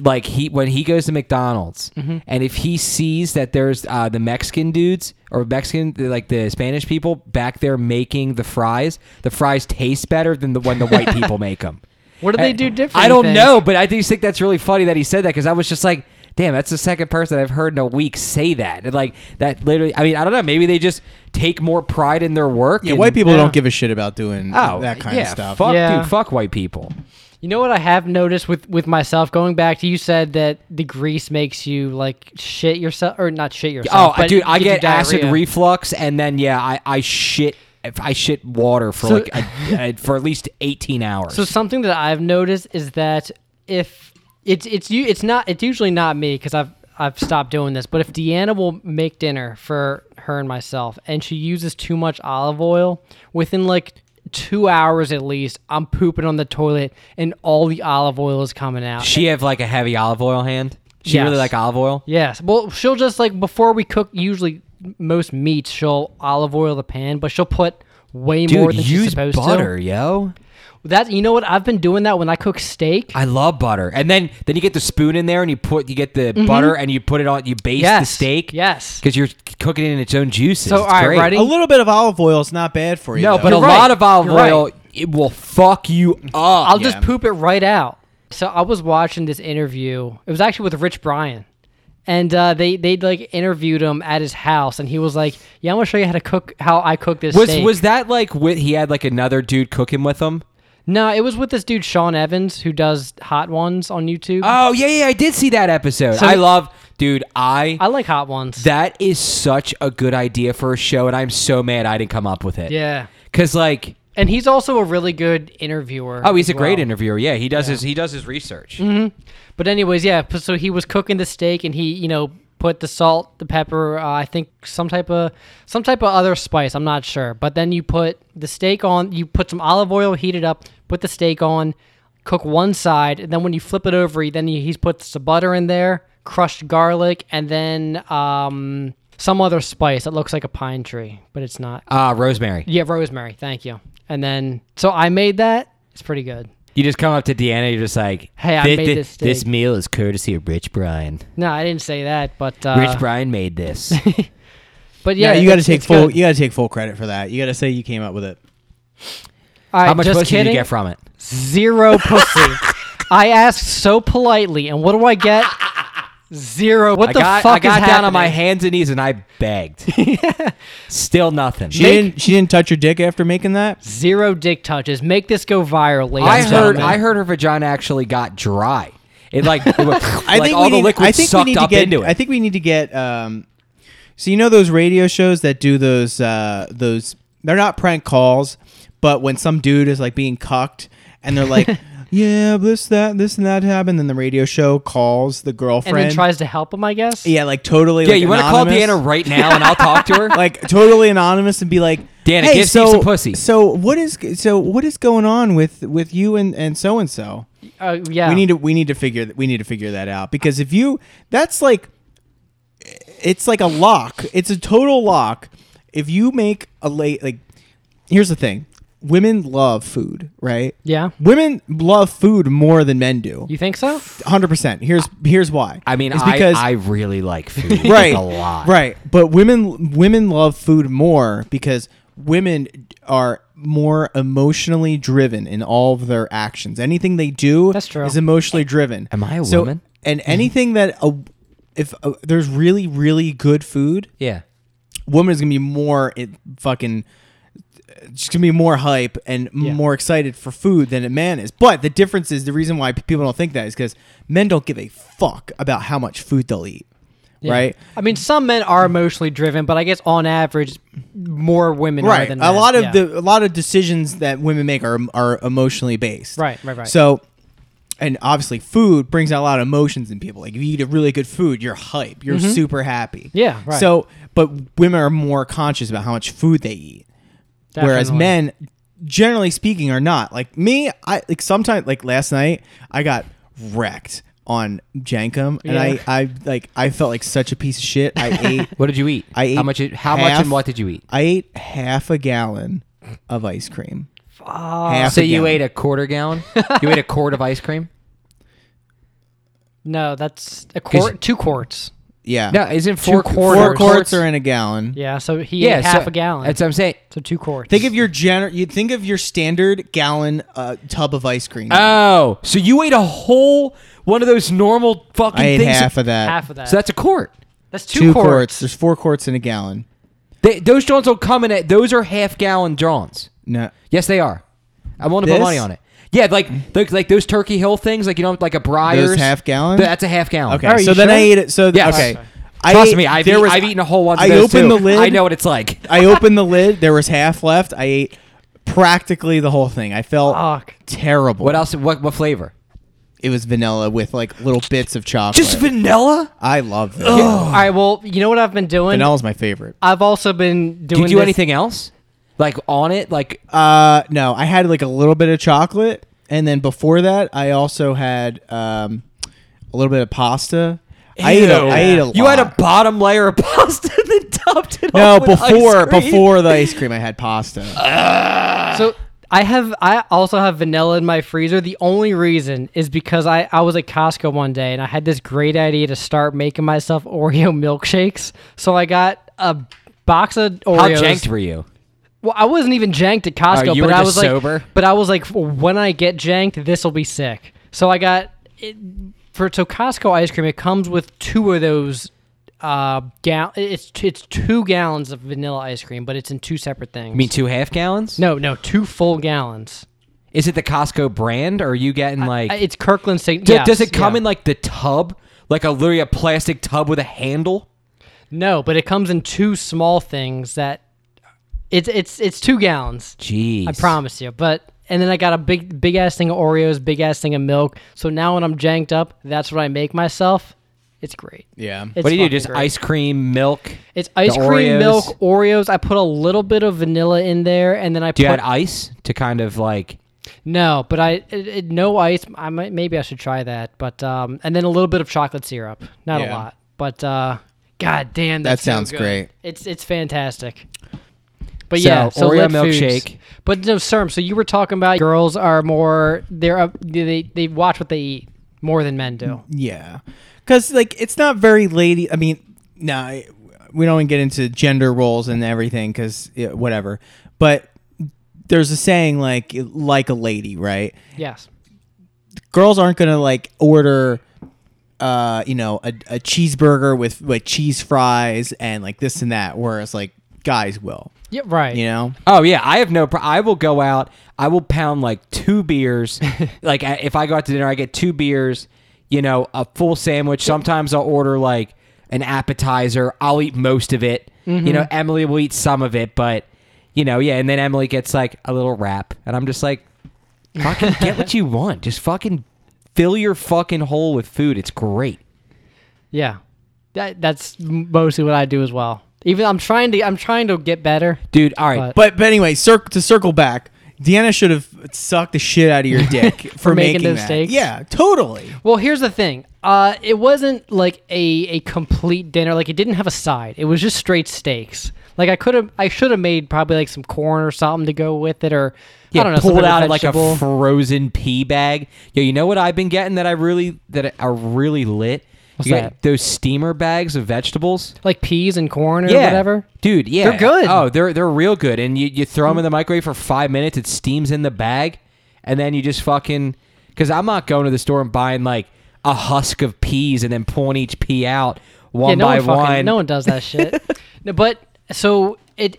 S2: like he when he goes to McDonald's,
S1: Mm-hmm.
S2: and if he sees that there's uh, the Mexican dudes or Mexican like the Spanish people back there making the fries, the fries taste better than the when the white people make them.
S1: what do they do different?
S2: I don't
S1: you think?
S2: know, but I do think that's really funny that he said that because I was just like, damn, that's the second person I've heard in a week say that. And like that literally, I mean, I don't know. Maybe they just take more pride in their work.
S3: yeah,
S2: and-
S3: white people
S1: Yeah.
S3: don't give a shit about doing
S2: Oh,
S3: that kind
S2: yeah,
S3: of stuff.
S2: Fuck,
S1: Yeah.
S2: dude, fuck white people.
S1: You know what I have noticed with with myself going back to you said that the grease makes you like shit yourself or not shit
S2: Oh,
S1: yourself.
S2: I
S1: but
S2: dude, I
S1: you
S2: get acid
S1: diarrhea.
S2: reflux, and then yeah, I, I shit if I shit water for
S1: So-
S2: like a, a, for at least eighteen hours.
S1: So something that I've noticed is that if it's it's you it's not it's usually not me because I've I've stopped doing this, but if Deanna will make dinner for her and myself, and she uses too much olive oil, within like two hours at least, I'm pooping on the toilet and all the olive oil is coming out.
S2: she have like a heavy olive oil hand. She
S1: Yes.
S2: really like olive oil.
S1: Yes. Well, she'll just like before we cook. Usually, most meats she'll olive oil the pan, but she'll put way more
S2: Dude,
S1: than she's
S2: use
S1: supposed
S2: butter, yo.
S1: to. That you know what I've been doing that when I cook steak.
S2: I love butter, and then then you get the spoon in there, and you put you get the butter, and you put it on. You baste the
S1: Mm-hmm. Yes,
S2: steak,
S1: yes.
S2: because you're cooking it in its own juices.
S1: So,
S2: It's
S1: all right,
S2: great.
S1: ready?
S3: A little bit of olive oil is not bad for you.
S2: No,
S3: though.
S2: but a
S1: You're right.
S2: lot of olive
S1: You're right.
S2: oil it will fuck you up.
S1: I'll
S3: yeah.
S1: just poop it right out. So I was watching this interview. It was actually with Rich Brian, and uh, they they like interviewed him at his house, and he was like, "Yeah, I'm gonna show you how to cook how I cook this
S2: was
S1: steak."
S2: was that like with he had like another dude cooking with him?
S1: No, it was with this dude Sean Evans who does hot ones on YouTube.
S2: Oh yeah, yeah, I did see that episode.
S1: So-
S2: I love, dude. I
S1: I like hot ones.
S2: that is such a good idea for a show, and I'm so mad I didn't come up with it.
S1: yeah,
S2: because like,
S1: and he's also a really good interviewer.
S2: oh, he's
S1: as
S2: a great
S1: well. Mm-hmm.
S2: interviewer. Yeah, he does his he does his research.
S1: But anyways, yeah. p- So he was cooking the steak, and he, you know, put the salt, the pepper, uh, I think some type of some type of other spice. I'm not sure. But then you put the steak on. You put some olive oil, heat it up, put the steak on, cook one side, and then when you flip it over, he- then he, he's put some butter in there, crushed garlic, and then um, some other spice that looks like a pine tree, but it's not.
S2: Uh, Rosemary,
S1: Yeah, rosemary. Thank you. And then so I made that. It's pretty good.
S2: you just come up to Deanna, you're just like,
S1: Hey, I
S2: "Thi-
S1: made
S2: thi-
S1: this steak."
S2: This meal is courtesy of Rich Brian.
S1: No, I didn't say that, but uh,
S2: Rich Brian made this.
S1: but yeah,
S3: Yeah, you got to
S1: it's-
S3: take
S1: it's
S3: full.
S1: good.
S3: You got to take full credit for that. You got to say you came up with it.
S1: All right,
S2: How much
S1: just
S2: pussy
S1: kidding.
S2: did you get from it?
S1: Zero pussy. I asked so politely, and what do I get? Zero. What
S2: I
S1: the
S2: got,
S1: fuck
S2: I got
S1: is
S2: down on my
S1: happening?
S2: hands and knees and I begged. Still nothing.
S3: She didn't. She didn't touch your dick after making that.
S1: Zero dick touches. Make this go viral, ladies.
S2: I
S1: and
S2: heard.
S1: gentlemen.
S2: I heard her vagina actually got dry. It like, it was-
S3: I
S2: like
S3: think
S2: all
S3: we
S2: the
S3: need,
S2: liquid
S3: I think
S2: sucked
S3: we need
S2: up
S3: to get,
S2: into it.
S3: I think we need to get. Um, so you know those radio shows that do those uh, those they're not prank calls, but when some dude is like being cucked and they're like, yeah, this that this and that happened, then the radio show calls the
S1: and
S3: girlfriend.
S1: then tries to help him. I guess.
S3: yeah, like totally.
S2: yeah,
S3: like,
S2: you want to call
S3: anonymous.
S2: Deanna right now and I'll talk to her.
S3: like totally anonymous and be like,
S2: Deanna,
S3: hey,
S2: give
S3: so,
S2: Steve some pussy."
S3: So what is so what is going on with with you and and so and so?
S1: Uh, yeah.
S3: We need to we need to figure we need to figure that out because if you that's like it's like a lock. It's a total lock. If you make a late like here's the thing. Women love food, right?
S1: Yeah.
S3: Women love food more than men do.
S1: You think so?
S3: 100%. Here's here's why.
S2: I mean,
S3: It's
S2: I, I really like food
S3: right
S2: a lot.
S3: right but women women love food more because women are more emotionally driven in all of their actions anything they do
S1: That's true.
S3: is emotionally driven
S2: Am I a
S3: So-
S2: woman? Mm-hmm.
S3: and anything that a, if uh there's really really good food
S2: Yeah.
S3: woman is gonna be more it fucking she's gonna be more hype and more excited for food than a man is. But the difference is the reason why p- people don't think that is because men don't give a fuck about how much food they'll eat, right?
S1: I mean, some men are emotionally driven, but I guess on average, more women are
S3: Right.
S1: than
S3: A
S1: men.
S3: lot of
S1: Yeah.
S3: the a lot of decisions that women make are are emotionally based.
S1: Right, right, right.
S3: So and obviously food brings out a lot of emotions in people. Like if you eat a really good food, you're hype. You're super happy.
S1: Mm-hmm. Yeah, right.
S3: So but women are more conscious about how much food they eat. Whereas
S1: Definitely.
S3: men, generally speaking, are not. Like me, I like sometimes like last night, I got wrecked on Jankum and
S1: Yeah.
S3: I, I like I felt like such a piece of shit. I ate
S2: What did you eat?
S3: I ate
S2: how much? How much
S3: half-
S2: and what did you eat?
S3: I ate half a gallon of ice cream. Half
S2: So
S3: a
S2: you
S3: gallon.
S2: ate a quarter gallon. you ate a quart of ice cream.
S1: No, that's a quart,
S2: Is-
S1: two quarts.
S3: yeah
S2: No, isn't four
S1: quarters.
S3: four
S1: quarters.
S3: quarts are in a gallon.
S1: Yeah, so he
S2: Yeah,
S1: ate half
S2: so-
S1: a gallon.
S2: That's what I'm saying.
S1: so two quarts.
S3: Think of your gener- you think of your standard gallon uh, tub of ice cream.
S2: Oh, so you ate a whole one of those normal fucking
S3: I ate
S2: things.
S3: half of that.
S1: half of that.
S2: So that's a quart.
S1: that's two,
S3: two quarts.
S1: quarts.
S3: There's four quarts in a gallon.
S2: They, those Johns will come in at those are half gallon Johns.
S3: No.
S2: Yes, they are. I want to put
S3: This?
S2: money on it. Yeah, like like, like those Turkey Hill things, like you know, like a Briars.
S3: Those half gallon?
S2: Th- That's a half gallon.
S3: Okay.
S1: Are
S3: so
S1: you
S3: then
S1: sure?
S3: I ate it. So th-
S2: Yes.
S3: okay.
S2: Okay.
S3: I
S2: Trust
S3: ate-
S2: me, I've,
S3: there
S2: eat-
S3: was-
S2: I've eaten a whole one. Of
S3: I
S2: those,
S3: opened
S2: too.
S3: the lid.
S2: I know what it's like.
S3: I opened the lid. There was half left. I ate practically the whole thing. I felt
S1: Fuck.
S3: terrible.
S2: What else? What what flavor?
S3: It was vanilla with like little bits of chocolate.
S2: Just vanilla.
S3: I love
S2: Oh.
S3: vanilla.
S1: All right. Well, you know what I've been doing.
S3: Vanilla's my favorite.
S1: I've also been
S2: Did
S1: doing.
S2: you do
S1: this-
S2: anything else? Like on it? Like
S3: Uh, no, I had like a little bit of chocolate, and then before that, I also had um, a little bit of pasta. I ate a, I ate a lot.
S2: You had a bottom layer of pasta and then topped it
S3: no
S2: off with ice
S3: before
S2: cream. Uh.
S3: before the ice cream. I had pasta.
S1: So I have. I also have vanilla in my freezer. The only reason is because I I was at Costco one day and I had this great idea to start making myself Oreo milkshakes. So I got a box of
S2: How
S1: Oreos.
S2: janked were you?
S1: Well, I wasn't even janked at Costco,
S2: Oh, you
S1: but
S2: were
S1: I was
S2: just
S1: like,
S2: sober?
S1: but I was like, when I get janked, this will be sick. So I got it, for so Costco ice cream. It comes with two of those. Uh, gal- it's it's two gallons of vanilla ice cream, but it's in two separate things.
S2: You mean two half gallons?
S1: no, no, two full gallons.
S2: Is it the Costco brand, or are you getting like?
S1: Uh, it's Kirkland St.
S2: Do- does it come in like the tub, like a literally a plastic tub with a handle?
S1: No, but it comes in two small things that it's it's it's two gallons.
S2: Jeez,
S1: I promise you. But and then I got a big big ass thing of Oreos, big ass thing of milk. So now when I'm janked up, that's what I make myself. It's great.
S3: Yeah.
S1: It's
S2: What do you do?
S1: fucking
S2: Just
S1: great.
S2: ice cream, milk?
S1: It's ice
S2: the
S1: cream,
S2: Oreos?
S1: milk, Oreos. I put a little bit of vanilla in there, and then I
S2: Do you
S1: put
S2: add ice to kind of like?
S1: no, but I it, it- no ice. I might maybe I should try that, but um, and then a little bit of chocolate syrup. Not a
S3: Yeah.
S1: lot, but uh, god damn,
S3: That
S1: that's so
S3: sounds
S1: good.
S3: great.
S1: It's it's fantastic. But
S2: So,
S1: yeah, so
S2: Oreo
S1: lit foods.
S2: milkshake.
S1: But no, sir. So you were talking about girls are more they're up, they they watch what they eat more than men do.
S3: Yeah, because like it's not very lady. I mean, no, I- we don't even get into gender roles and everything because whatever. But there's a saying like like a lady, right?
S1: Yes.
S3: Girls aren't gonna like order. Uh, you know, a, a cheeseburger with with cheese fries and like this and that, whereas like guys will,
S1: Yeah. Right.
S3: you know.
S2: Oh yeah, I have no. Pro- I will go out. I will pound like two beers. like I- if I go out to dinner, I get two beers. You know, a full sandwich. Sometimes I'll order like an appetizer. I'll eat most of it. You know, Emily will eat some of it, but you know, yeah. And then Emily gets like a little wrap, and I'm just like, fucking get what you want. Just fucking fill your fucking hole with food. It's great.
S1: Yeah. That that's mostly what I do as well. Even I'm trying to I'm trying to get better.
S2: Dude, all right.
S1: But-
S3: But but anyway, cir- to circle back, Deanna should have sucked the shit out of your dick for,
S1: making
S3: making,
S1: those
S3: that.
S1: steaks?
S3: Yeah, totally.
S1: Well, here's the thing. Uh, it wasn't like a, a complete dinner. Like it didn't have a side. It was just straight steaks. Like I could have, I should have made probably like some corn or something to go with it, or
S2: Yeah,
S1: I don't know, some
S2: pulled
S1: kind of
S2: out of like a
S1: vegetable.
S2: frozen pea bag. Yo, you know what I've been getting that I really that are really lit.
S1: What's
S2: you got
S1: that?
S2: those steamer bags of vegetables.
S1: like peas and corn or
S2: yeah,
S1: whatever.
S2: dude. Yeah,
S1: They're good. Mm.
S2: Oh, they're they're real good. And you you throw them in the microwave for five minutes. It steams in the bag, and then you just fucking. Because I'm not going to the store and buying like a husk of peas and then pulling each pea out one
S1: yeah, no
S2: by
S1: one fucking,
S2: one.
S1: no one does that shit. No, but so it,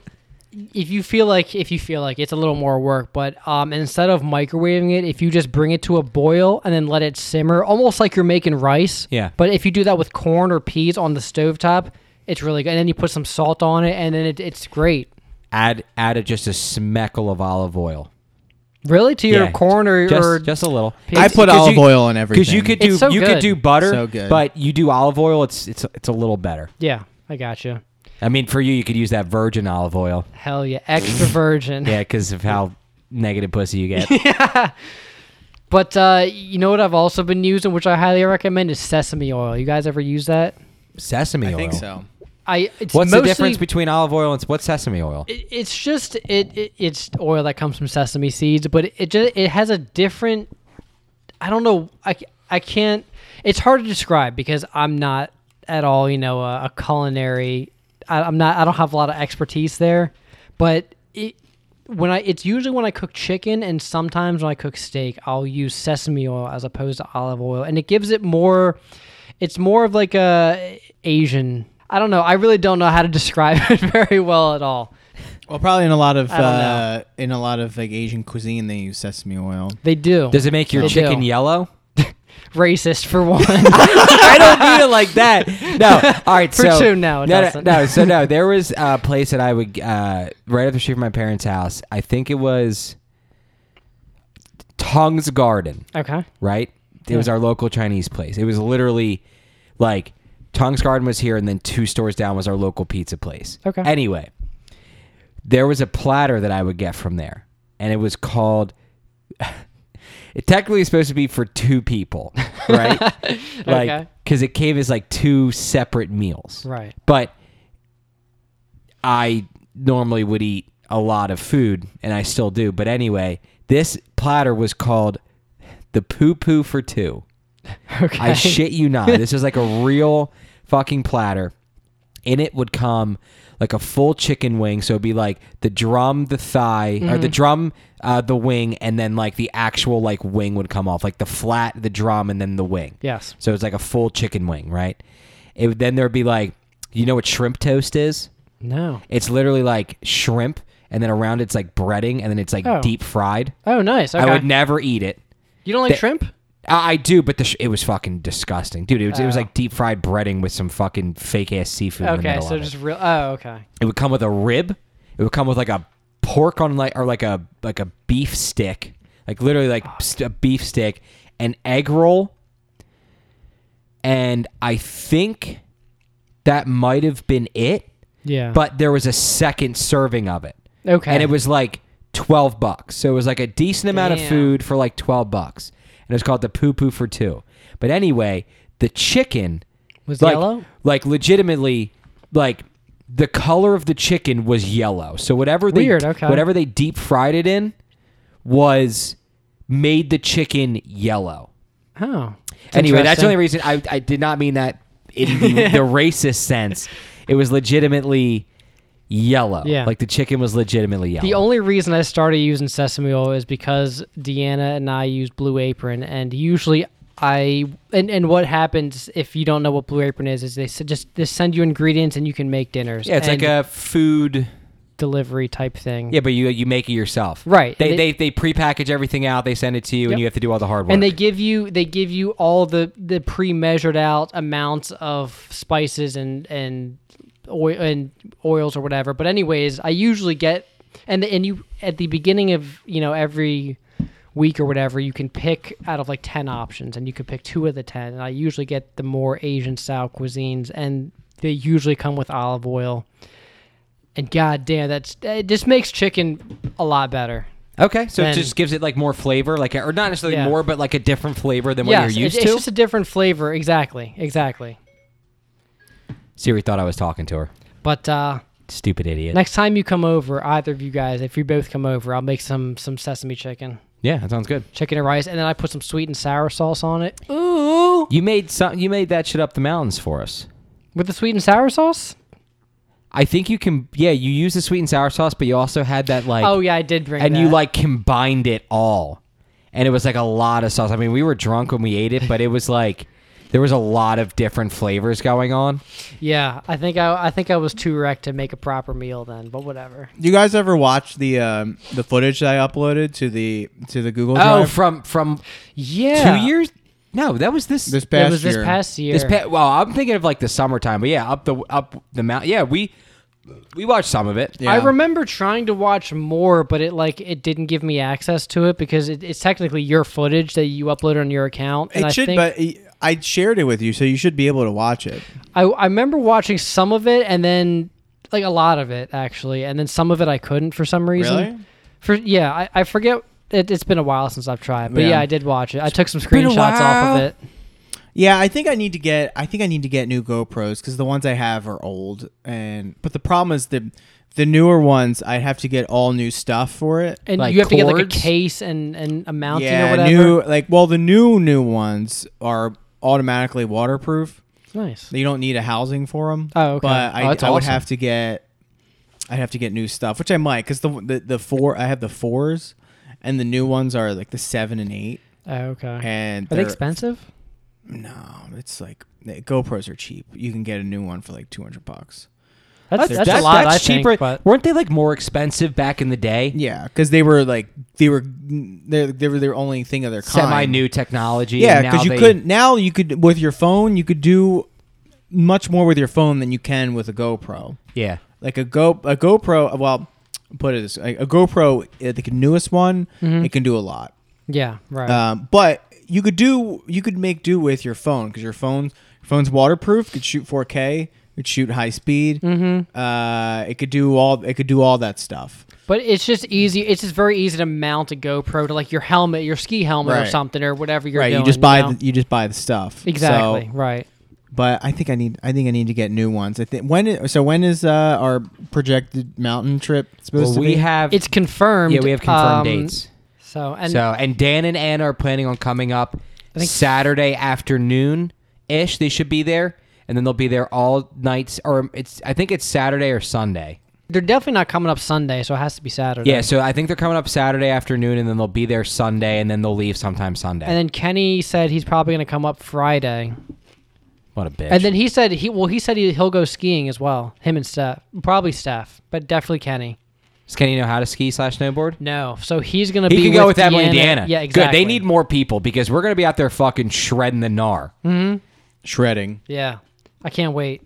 S1: if you feel like if you feel like it's a little more work, but um, instead of microwaving it, if you just bring it to a boil and then let it simmer, almost like you're making rice.
S2: Yeah.
S1: But if you do that with corn or peas on the stovetop, it's really good. And then you put some salt on it, and then it, it's great.
S2: add add a, just a smeckle of olive oil.
S1: Really, to your
S2: Yeah,
S1: corn or,
S2: just,
S1: or
S2: just a little.
S1: It's-
S3: I put
S2: 'cause
S3: olive
S2: you-
S3: oil on everything.
S2: Because you could
S1: It's
S2: do
S1: so
S2: you
S1: good.
S2: could do butter,
S3: So good.
S2: but you do olive oil. It's it's it's a little better.
S1: yeah, I gotcha.
S2: I mean, for you, you could use that virgin olive oil.
S1: Hell yeah, extra virgin.
S2: Yeah, because of how negative pussy you get.
S1: But uh, you know what I've also been using, which I highly recommend, is sesame oil. You guys ever use that?
S2: Sesame oil.
S3: I think so.
S1: I it's
S2: What's
S1: mostly,
S2: the difference between olive oil and s- what's sesame oil?
S1: it- it's just it, it it's oil that comes from sesame seeds, but it just it has a different. I don't know. I c- I can't. It's hard to describe because I'm not at all. You know, a, a culinary. I, I'm not. I don't have a lot of expertise there, but it. When I, it's usually when I cook chicken, and sometimes when I cook steak, I'll use sesame oil as opposed to olive oil, and it gives it more. It's more of like a Asian. I don't know. I really don't know how to describe it very well at all.
S3: Well, probably in a lot of
S1: I don't
S3: uh, in a lot of like Asian cuisine, they use sesame oil.
S1: They do.
S2: Does it make your
S1: They
S2: chicken
S1: do.
S2: yellow?
S1: Racist for one.
S2: I don't mean it like that. No. All right.
S1: For
S2: so
S1: two, no, it
S2: no,
S1: doesn't.
S2: no. So no, there was a place that I would uh, right up the street from my parents' house. I think it was Tong's Garden.
S1: okay.
S2: right? It was our local Chinese place. It was literally like Tong's Garden was here, and then two stores down was our local pizza place.
S1: Okay.
S2: Anyway, there was a platter that I would get from there, and it was called. it technically is supposed to be for two people, right?
S1: Okay.
S2: like, because it came as like two separate meals,
S1: Right.
S2: but I normally would eat a lot of food, and I still do. But anyway, this platter was called the poo poo for two.
S1: Okay.
S2: I shit you not. This is like a real fucking platter. In it would come like a full chicken wing, so it'd be like the drum, the thigh, or the drum, uh, the wing, and then like the actual like wing would come off, like the flat, the drum, and then the wing.
S1: yes.
S2: So it's like a full chicken wing, right? It would, then there'd be like, you know what shrimp toast is?
S1: No.
S2: It's literally like shrimp, and then around it's like breading, and then it's like
S1: Oh.
S2: deep fried.
S1: Oh, nice. Okay.
S2: I would never eat it.
S1: you don't like
S2: They-
S1: shrimp?
S2: I, I do, but the sh- it was fucking disgusting, dude. It was, it was
S1: Oh.
S2: like deep fried breading with some fucking fake ass seafood. in the
S1: Okay,
S2: middle
S1: so
S2: of it.
S1: just real. Oh, okay.
S2: It would come with a rib. It would come with like a pork on like or like a like a beef stick, like literally like st- a beef stick, an egg roll, and I think that might have been it.
S1: Yeah.
S2: But there was a second serving of it,
S1: okay.
S2: and it was like twelve bucks. So it was like a decent amount of
S1: Damn.
S2: food for like twelve bucks, and it was called the poo poo for two. But anyway, the chicken
S1: was
S2: like,
S1: yellow.
S2: Like legitimately, like the color of the chicken was yellow. So whatever they
S1: Weird, okay.
S2: whatever they deep fried it in was made the chicken yellow.
S1: Oh. It's
S2: Anyway, that's the
S1: interesting.
S2: only reason I, I did not mean that in the, the racist sense. It was legitimately yellow.
S1: Yeah.
S2: Like the chicken was legitimately yellow.
S1: The only reason I started using sesame oil is because Deanna and I use Blue Apron, and usually I and, and what happens if you don't know what Blue Apron is is they s- just they send you ingredients and you can make dinners.
S2: yeah, it's like
S1: and
S2: a food.
S1: delivery type thing.
S2: Yeah, but you you make it yourself.
S1: Right,
S2: They
S1: and
S2: they,
S1: they-
S2: they prepackage everything out. They send it to you,
S1: Yep.
S2: and you have to do all the hard work.
S1: And they give you they give you all the the pre-measured out amounts of spices and and oil and oils or whatever. But anyways, I usually get and and you at the beginning of you know every week or whatever you can pick out of like 10 options and you can pick two of the 10 and i usually get the more asian style cuisines and they usually come with olive oil and god damn that's it just makes chicken a lot better
S2: Okay, so it
S1: then-
S2: just gives it like more flavor, like or not necessarily
S1: Yeah.
S2: more, but like a different flavor than what
S1: yes,
S2: you're
S1: it's,
S2: used
S1: it's
S2: to.
S1: just a different flavor exactly exactly
S2: Siri thought I was talking to her.
S1: But uh,
S2: Stupid idiot.
S1: next time you come over, either of you guys, if you both come over, I'll make some some sesame chicken,
S2: yeah, that sounds good.
S1: chicken and rice, and then I put some sweet and sour sauce on it.
S2: You made some. You made that shit up the mountains for us.
S1: With the sweet and sour sauce?
S2: I think you can. Yeah, you use the sweet and sour sauce, but you also had that like.
S1: Oh yeah, I did bring.
S2: and you
S1: that.
S2: like combined it all, and it was like a lot of sauce. I mean, we were drunk when we ate it, but it was like there was a lot of different flavors going on.
S1: Yeah, I think I I think I was too wrecked to make a proper meal then, but whatever.
S3: You guys ever watch the um, the footage that I uploaded to the to the Google
S2: Oh,
S3: Drive
S2: from from
S1: Yeah,
S2: two years. No, that was this.
S3: this past
S1: It was
S3: year?
S1: this past year.
S2: This pa- well, I'm thinking of like the summertime, but yeah, up the up the mountain. Yeah, we we watched some of it.
S3: Yeah.
S1: I remember trying to watch more, but it like it didn't give me access to it because it, it's technically your footage that you upload on your account.
S3: It
S1: and I
S3: should,
S1: think,
S3: but I- I shared it with you, so you should be able to watch it.
S1: I, I remember watching some of it and then like a lot of it actually, and then some of it I couldn't for some reason.
S3: Really?
S1: For yeah, I, I forget. It, it's been a while since I've tried, but yeah.
S3: Yeah.
S1: I did watch it. I took some
S2: been a
S1: screenshots off
S2: while.
S1: of it.
S3: Yeah, I think I need to get. I think I need to get new GoPros because the ones I have are old, and but the problem is the the newer ones I have to get all new stuff for it.
S1: And
S2: Like
S1: you have to get like a
S2: cords?
S1: case and, and a mounting or
S3: yeah,
S1: whatever.
S3: new like well the new new ones are automatically waterproof.
S1: Nice.
S3: You don't need a housing for them.
S1: Oh, okay.
S3: But I,
S2: Oh, that's
S3: I would
S2: awesome.
S3: have to get, I'd have to get new stuff, which I might, because the, the the four I have the fours, and the new ones are like the seven and eight,
S1: Oh, okay.
S3: and
S1: Are they
S3: they're-
S1: expensive?
S3: No, it's like the GoPros are cheap. You can get a new one for like two hundred bucks.
S1: That's, that's, a lot. I think, but
S2: Weren't they like more expensive back in the day?
S3: Yeah, because they were like they were they they were their only thing of their kind.
S2: Semi new technology.
S3: Yeah,
S2: and now
S3: because you
S2: they-
S3: could now you could with your phone you could do much more with your phone than you can with a GoPro.
S2: Yeah,
S3: like a go a GoPro. Well, put it this like a GoPro, uh, the newest one,
S2: Mm-hmm.
S3: it can do a lot.
S1: yeah, right.
S3: Um, but you could do you could make do with your phone because your phone your phone's waterproof. Could shoot 4K. Could shoot high speed. Mm-hmm. Uh, it could do all it could do all that stuff.
S1: but it's just easy. It's just very easy to mount a GoPro to like your helmet, your ski helmet or
S3: Right.
S1: something or whatever you're
S3: right.
S1: doing.
S3: you just buy
S1: know?
S3: the, you just buy the stuff. So-
S1: exactly right.
S3: but I think I need I think I need to get new ones. I think when i- so when is uh, our projected mountain trip supposed
S2: well,
S3: to be?
S2: we have.
S1: It's confirmed.
S2: yeah, we have confirmed
S1: um,
S2: dates.
S1: So and
S2: so and Dan and Ann are planning on coming up
S1: I think-
S2: Saturday afternoon ish. They should be there, and then they'll be there all nights. Or it's I think it's Saturday or Sunday.
S1: they're definitely not coming up Sunday, so it has to be Saturday.
S2: Yeah, so I think they're coming up Saturday afternoon, and then they'll be there Sunday, and then they'll leave sometime Sunday.
S1: And then Kenny said he's probably going to come up Friday.
S2: what a bitch!
S1: And then he said he well he said he, he'll go skiing as well. Him and Steph, probably Steph, but definitely Kenny.
S2: Does Kenny know how to ski slash snowboard?
S1: No, so he's gonna
S2: He
S1: be
S2: can go with Emily
S1: Deanna.
S2: Indiana.
S1: Yeah, exactly.
S2: Good. They need more people because we're gonna be out there fucking shredding the gnar.
S3: Shredding.
S1: Yeah, I can't wait.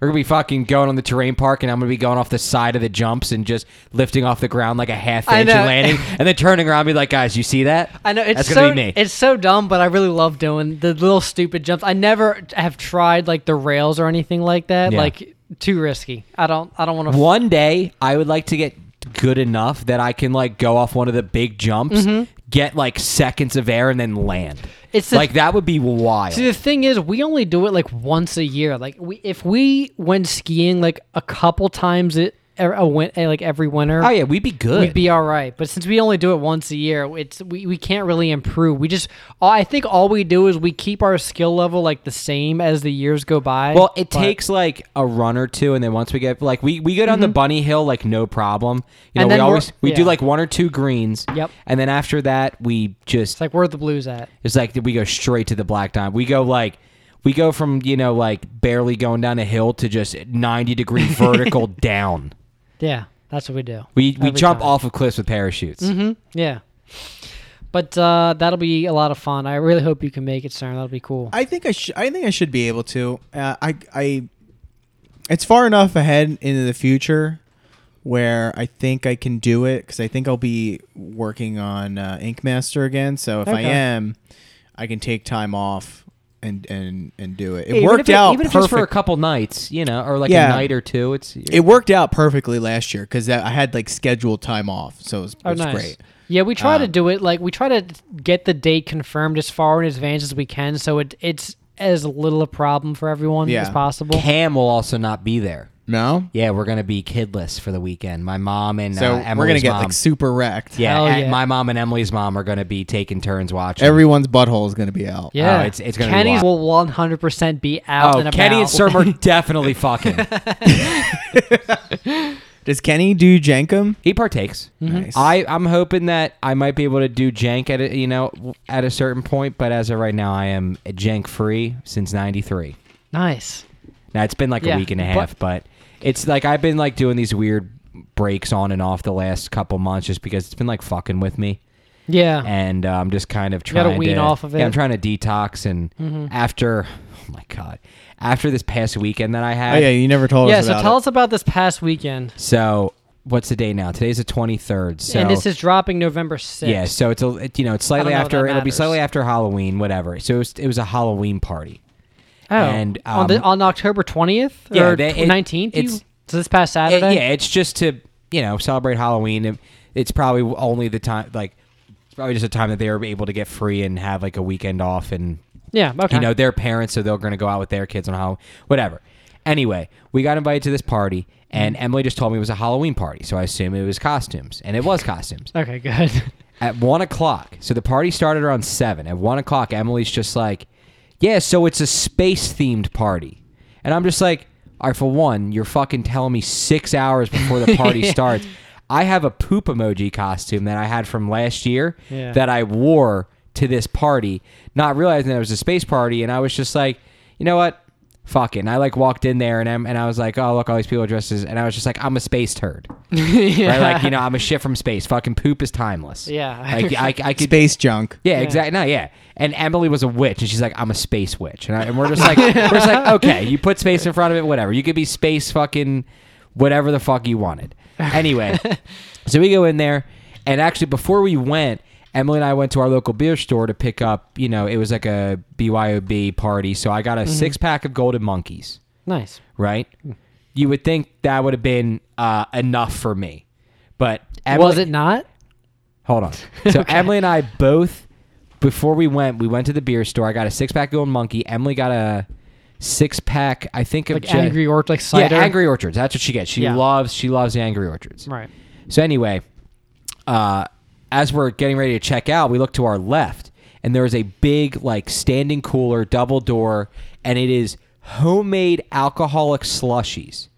S2: We're gonna be fucking going on the terrain park, and I'm gonna be going off the side of the jumps and just lifting off the ground like a half
S1: I
S2: inch and
S1: know.
S2: landing, and then turning around, and be like, guys, you see that?
S1: I know it's
S2: that's
S1: so
S2: gonna be me.
S1: it's so dumb, but I really love doing the little stupid jumps. I never have tried like the rails or anything like that.
S2: Yeah.
S1: Like too risky. I don't. I don't want to.
S2: One day, I would like to get good enough that I can like go off one of the big jumps, get like seconds of air, and then land.
S1: Mm-hmm. It's the-
S2: like that would be wild.
S1: See, the thing is, we only do it like once a year. Like, we if we went skiing like a couple times it er, a win, eh, like every winter,
S2: oh yeah, we'd be good.
S1: we'd be all right. But since we only do it once a year, it's we, we can't really improve. We just, all- I think all we do is we keep our skill level like the same as the years go by.
S2: Well, it
S1: but-
S2: takes like a run or two, and then once we get like we we go down the bunny hill like no problem. You
S1: Mm-hmm.
S2: know,
S1: And
S2: we
S1: then we're-
S2: always we do
S1: yeah.
S2: like one or two greens.
S1: Yep.
S2: And then after that, we just
S1: It's like where are the blues at?
S2: it's like we go straight to the black diamond. We go like we go from you know like barely going down a hill to just ninety degree vertical down.
S1: Yeah, that's what we do.
S2: We we
S1: Every
S2: jump
S1: time.
S2: off of cliffs with parachutes.
S3: Mm-hmm.
S1: Yeah. But uh, that'll be a lot of fun. I really hope you can make it, Cern. That'll be cool.
S3: I think I should. I think I should be able to. Uh, I I. It's far enough ahead into the future where I think I can do it because I think I'll be working on uh, Ink Master again. So if I
S1: Okay.
S3: am, I can take time off and and and do it. It
S2: Even
S3: worked
S2: if
S3: out
S2: even if it's
S3: perfect.
S2: for a couple nights, you know, or like
S3: Yeah.
S2: a night or two. It's
S3: it worked out perfectly last year because I had like scheduled time off, so it was, it
S1: Oh,
S3: was
S1: nice.
S3: great.
S1: Yeah, we
S2: Um,
S1: try to do it like we try to get the date confirmed as far in advance as we can, so it it's as little a problem for everyone as
S3: Yeah.
S1: possible.
S2: Cam will also not be there.
S3: No,
S2: Yeah, we're gonna be kidless for the weekend. My mom and
S3: so
S2: uh,
S3: we're
S2: Emily's
S3: gonna get
S2: mom.
S3: like super wrecked.
S2: yeah,
S1: Hell
S2: and
S1: yeah.
S2: my mom and Emily's mom are gonna be taking turns watching.
S3: everyone's butthole is gonna be out.
S1: Yeah,
S2: Oh, it's- it's gonna be
S1: Kenny's
S2: wild.
S1: will one hundred percent be out.
S2: oh,
S1: and
S2: Kenny and
S1: about.
S2: Serm are definitely fucking.
S3: Does Kenny do Jankum?
S2: He partakes.
S3: Nice.
S2: I I'm hoping that I might be able to do jank at a, you know at a certain point, but as of right now, I am jank free since '93.
S1: nice.
S2: Now it's been like
S1: Yeah,
S2: a week and a
S1: but-
S2: half, but, it's like I've been like doing these weird breaks on and off the last couple months just because it's been like fucking with me.
S1: Yeah,
S2: and uh, I'm just kind of
S1: gotta
S2: trying
S1: wean
S2: to
S1: off of
S2: yeah, I'm
S1: it. Mm-hmm.
S2: trying to detox, and after, oh my god, after this past weekend that I
S3: Oh
S2: had,
S3: yeah, you never told
S1: yeah.
S3: us.
S1: So
S3: about
S1: tell
S3: it.
S1: us about this past weekend,
S2: so what's the day now? Today's the 23rd, so
S1: and this is dropping November sixth.
S2: yeah, so it's a it, you know it's slightly
S1: know if
S2: after
S1: that
S2: it'll be
S1: matters.
S2: slightly after Halloween, whatever. So it was, it was a Halloween party.
S1: Oh,
S2: and,
S1: on, the,
S2: um,
S1: on October twentieth
S2: Yeah,
S1: or
S2: they- it-
S1: nineteenth.
S2: it's-
S1: So this past
S2: It-
S1: Saturday.
S2: yeah, it's just to you know celebrate Halloween. It- It's probably only the time like it's probably just a time that they were able to get free and have like a weekend off and
S1: yeah. Okay.
S2: you know their parents so they're going to go out with their kids on Halloween whatever anyway we got invited to this party and
S1: Mm-hmm.
S2: Emily just told me it was a Halloween party so I assume it was costumes and it was costumes
S1: okay. Good.
S2: at one o'clock so the party started around seven at one o'clock Emily's just like yeah so it's a space themed party and I'm just like all right for one you're fucking telling me six hours before the party starts I have a poop emoji costume that I had from last year
S1: Yeah.
S2: that I wore to this party, not realizing that it was a space party, and I was just like, you know what? Fuck it. And I like walked in there and I'm, and I was like, oh look, all these people are dressed as and I was just like, I'm a space turd. Right? Like, you know, I'm a shit from space. Fucking poop is timeless.
S1: Yeah.
S2: Like I, I could
S3: space junk.
S2: yeah, exactly. No, yeah. And Emily was a witch, and she's like, "I'm a space witch," and, I, and we're just like, we're just like, okay, you put space in front of it, whatever. You could be space fucking, whatever the fuck you wanted. Anyway, so we go in there, and actually before we went, Emily and I went to our local beer store to pick up. You know, it was like a BYOB party, so I got a six pack of Golden Monkeys
S1: nice.
S2: right? You would think that would have been uh, enough for me, but Emily,
S1: Was it not?
S2: Hold on. So Emily and I both, before we went, we went to the beer store. I got a six pack of Golden Monkey. Emily got a six pack. I think of
S1: Like
S2: Jack-
S1: angry or like
S2: Yeah,
S1: cider.
S2: Angry Orchards. That's what she gets. She
S1: Yeah.
S2: loves. She loves the Angry Orchards.
S1: Right.
S2: So anyway, uh, as we're getting ready to check out, we look to our left, and there is a big like standing cooler, double door, and it is homemade alcoholic slushies.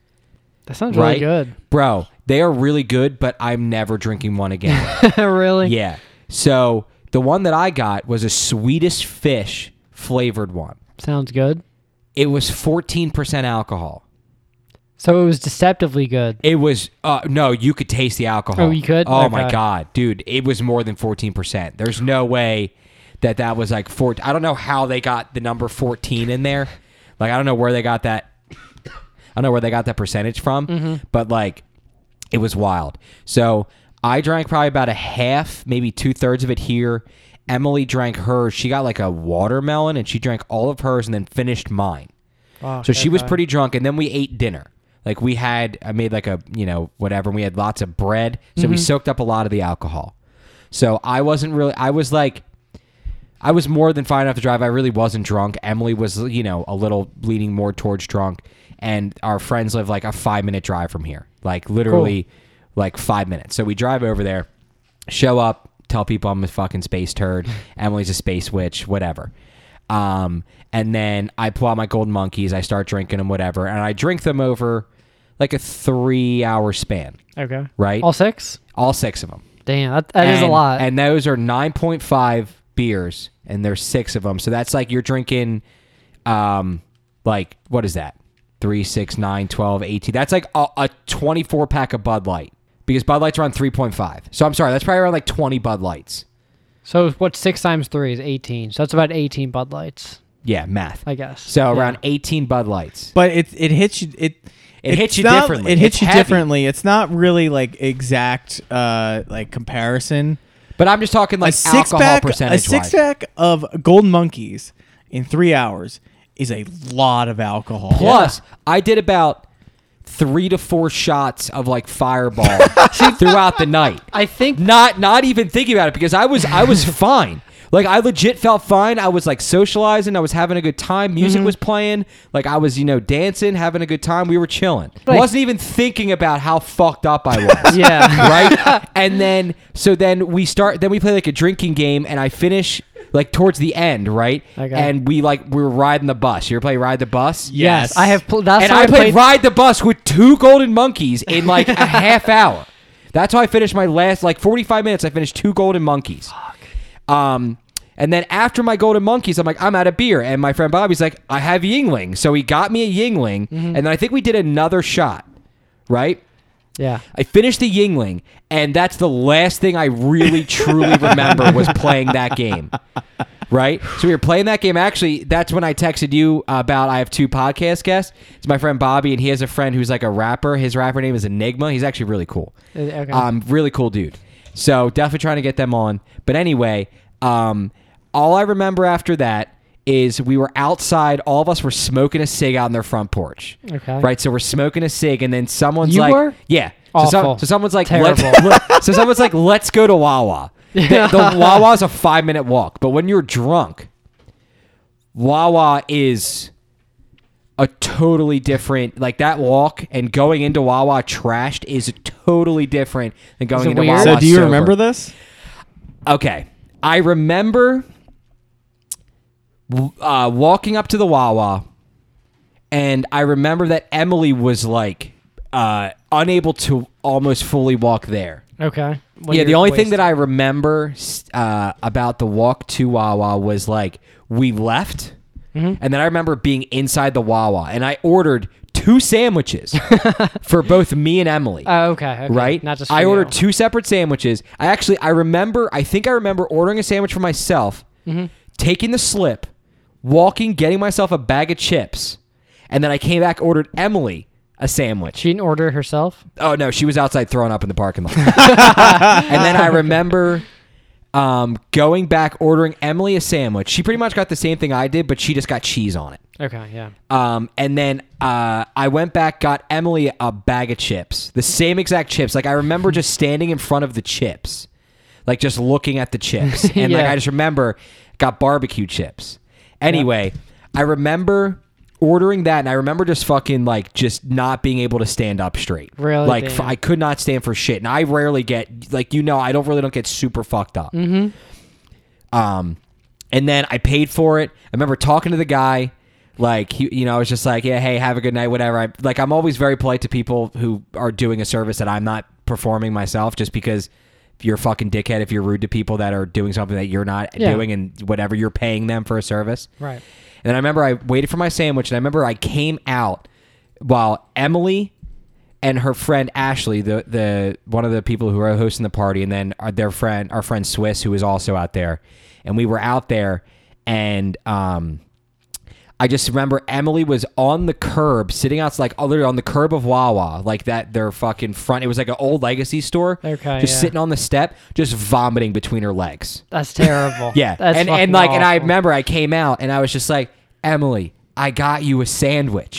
S1: That sounds
S2: Right,
S1: really good.
S2: bro. They are really good, but I'm never drinking one again.
S1: really?
S2: Yeah. So the one that I got was a sweetest fish flavored one.
S1: Sounds good.
S2: It was 14% alcohol.
S1: So it was deceptively good.
S2: It was uh, no, you could taste the alcohol.
S1: Oh, you could?
S2: Oh my
S1: Okay.
S2: god, dude, it was more than fourteen percent. There's no way that that was like four. I don't know how they got the number fourteen in there. Like I don't know where they got that. I don't know where they got that percentage from,
S1: Mm-hmm.
S2: but like it was wild. So I drank probably about a half, maybe two thirds of it here. Emily drank hers. She got like a watermelon, and she drank all of hers, and then finished mine.
S1: Wow,
S2: So she was
S1: okay.
S2: pretty drunk, and then we ate dinner. Like we had, I made like a you know whatever. And we had lots of bread, so we soaked up a lot of the alcohol. So I wasn't really. I was like, I was more than fine enough to drive. I really wasn't drunk. Emily was you know a little leaning more towards drunk, and our friends live like a five minute drive from here, like literally like five minutes. So we drive over there, show up, tell people I'm a fucking space turd. Emily's a space witch, whatever. Um, and then I pull out my golden monkeys. I start drinking them, whatever, and I drink them over like a three hour span,
S1: Okay.
S2: right?
S1: All six?
S2: All six of them.
S1: Damn, that, that is a
S2: And-
S1: lot.
S2: And those are 9.5 beers, and there's six of them. So that's like you're drinking, um, like, what is that? 3, 6, 9, 12, 18. That's like a, a 24 pack of Bud Light because Bud Light's around 3.5. So I'm sorry, that's probably around like 20 Bud Lights.
S1: so what? Six times three is eighteen. So that's about eighteen Bud Lights,
S2: Yeah, math.
S1: I guess.
S2: So
S1: Yeah.
S2: around 18 Bud Lights.
S3: But it it hits you it
S2: It
S3: it's
S2: hits you
S3: not-
S2: differently.
S3: It hits
S2: It's
S3: you
S2: heavy.
S3: differently. It's not really like exact uh like comparison.
S2: But I'm just talking like
S3: a six
S2: alcohol
S3: pack a
S2: percentage wise.
S3: six pack of golden monkeys in 3 hours is a lot of alcohol.
S2: Plus, I did about three to four shots of like fireball throughout the night.
S1: I think
S2: not not even thinking about it because I was I was fine. Like I legit felt fine. I was like socializing. I was having a good time. Music
S1: Mm-hmm.
S2: was playing. Like I was, you know, dancing, having a good time. We were chilling.
S1: Like-
S2: Wasn't even thinking about how fucked up I was.
S1: yeah.
S2: right? And then so then we start then we play like a drinking game and I finish like towards the end, right?
S1: Okay.
S2: And we like we were riding the bus. You ever play ride the bus? Yeah
S1: yes, I have. Pl- that's
S2: and
S1: how
S2: I,
S1: I
S2: played,
S1: played.
S2: ride the bus with two golden monkeys in like a half hour. That's how I finished my last like 45 minutes. I finished two golden monkeys. Um, and then after my golden monkeys, I'm like, I'm out of beer. And my friend Bobby's like, I have Yingling. So he got me a Yingling, and then I think we did another shot, right?
S1: yeah.
S2: I finished the Yingling, and that's the last thing I really truly remember was playing that game. Right? So we were playing that game. Actually, that's when I texted you about I have two podcast guests. It's my friend Bobby, and he has a friend who's like a rapper. His rapper name is Enigma. He's actually really cool.
S1: Uh, okay.
S2: Um, really cool dude. So definitely trying to get them on. But anyway, um, all I remember after that is we were outside. All of us were smoking a cig out on their front porch.
S1: Okay.
S2: Right. So we're smoking a cig, and then someone's
S1: You
S2: like,
S1: were?
S2: "Yeah." So,
S1: Awful.
S2: so someone's like,
S1: Terrible.
S2: "Let's- let- so someone's like, let's go to Wawa. The, the Wawa is a five minute walk, but when you're drunk, Wawa is a totally different. Like that walk and going into Wawa trashed is totally different than going
S1: it
S2: into
S1: weird?
S2: Wawa.
S3: So do you
S2: sober.
S3: remember this?
S2: Okay, I remember uh, walking up to the Wawa, and I remember that Emily was like uh, unable to almost fully walk there
S1: Okay. When
S2: yeah, the
S1: you're
S2: only thing that
S1: wasted.
S2: I remember s- uh, about the walk to Wawa was like we left,
S1: Mm-hmm.
S2: and then I remember being inside the Wawa and I ordered two sandwiches for both me and Emily.
S1: Oh, okay, okay.
S2: Right?
S1: Not just. For
S2: I
S1: you.
S2: ordered two separate sandwiches. I actually I remember I think I remember ordering a sandwich for myself,
S1: Mm-hmm.
S2: taking the slip, walking, getting myself a bag of chips, and then I came back ordered Emily a sandwich.
S1: She didn't order herself.
S2: Oh no, she was outside throwing up in the parking lot. and then I remember um, going back ordering Emily a sandwich. She pretty much got the same thing I did, but she just got cheese on it.
S1: Okay. Yeah.
S2: Um, and then uh, I went back, got Emily a bag of chips, the same exact chips. Like I remember just standing in front of the chips, like just looking at the chips, and like
S1: Yeah.
S2: I just remember got barbecue chips. Anyway, I remember ordering that, and I remember just fucking like just not being able to stand up straight.
S1: Really?
S2: like f-
S1: Damn.
S2: I could not stand for shit, and I rarely get like you know I don't really don't get super fucked up.
S1: Mm-hmm.
S2: Um, and then I paid for it. I remember talking to the guy, like he, you know, I was just like, yeah, hey, have a good night, whatever. I like I'm always very polite to people who are doing a service that I'm not performing myself, just because you're a fucking dickhead if you're rude to people that are doing something that you're not
S1: Yeah.
S2: doing and whatever you're paying them for a service.
S1: Right.
S2: And I remember I waited for my sandwich, and I remember I came out while Emily and her friend Ashley, the the one of the people who are hosting the party, and then our, their friend, our friend Swiss, who is also out there, and we were out there, and um, I just remember Emily was on the curb, sitting outside, like oh, literally on the curb of Wawa, like that their fucking front. It was like an old legacy store,
S1: Okay,
S2: just
S1: yeah.
S2: sitting on the step, just vomiting between her legs.
S1: That's terrible.
S2: Yeah,
S1: That's
S2: and
S1: fucking
S2: and like and I
S1: awful.
S2: remember I came out and I was just like Emily, I got you a sandwich.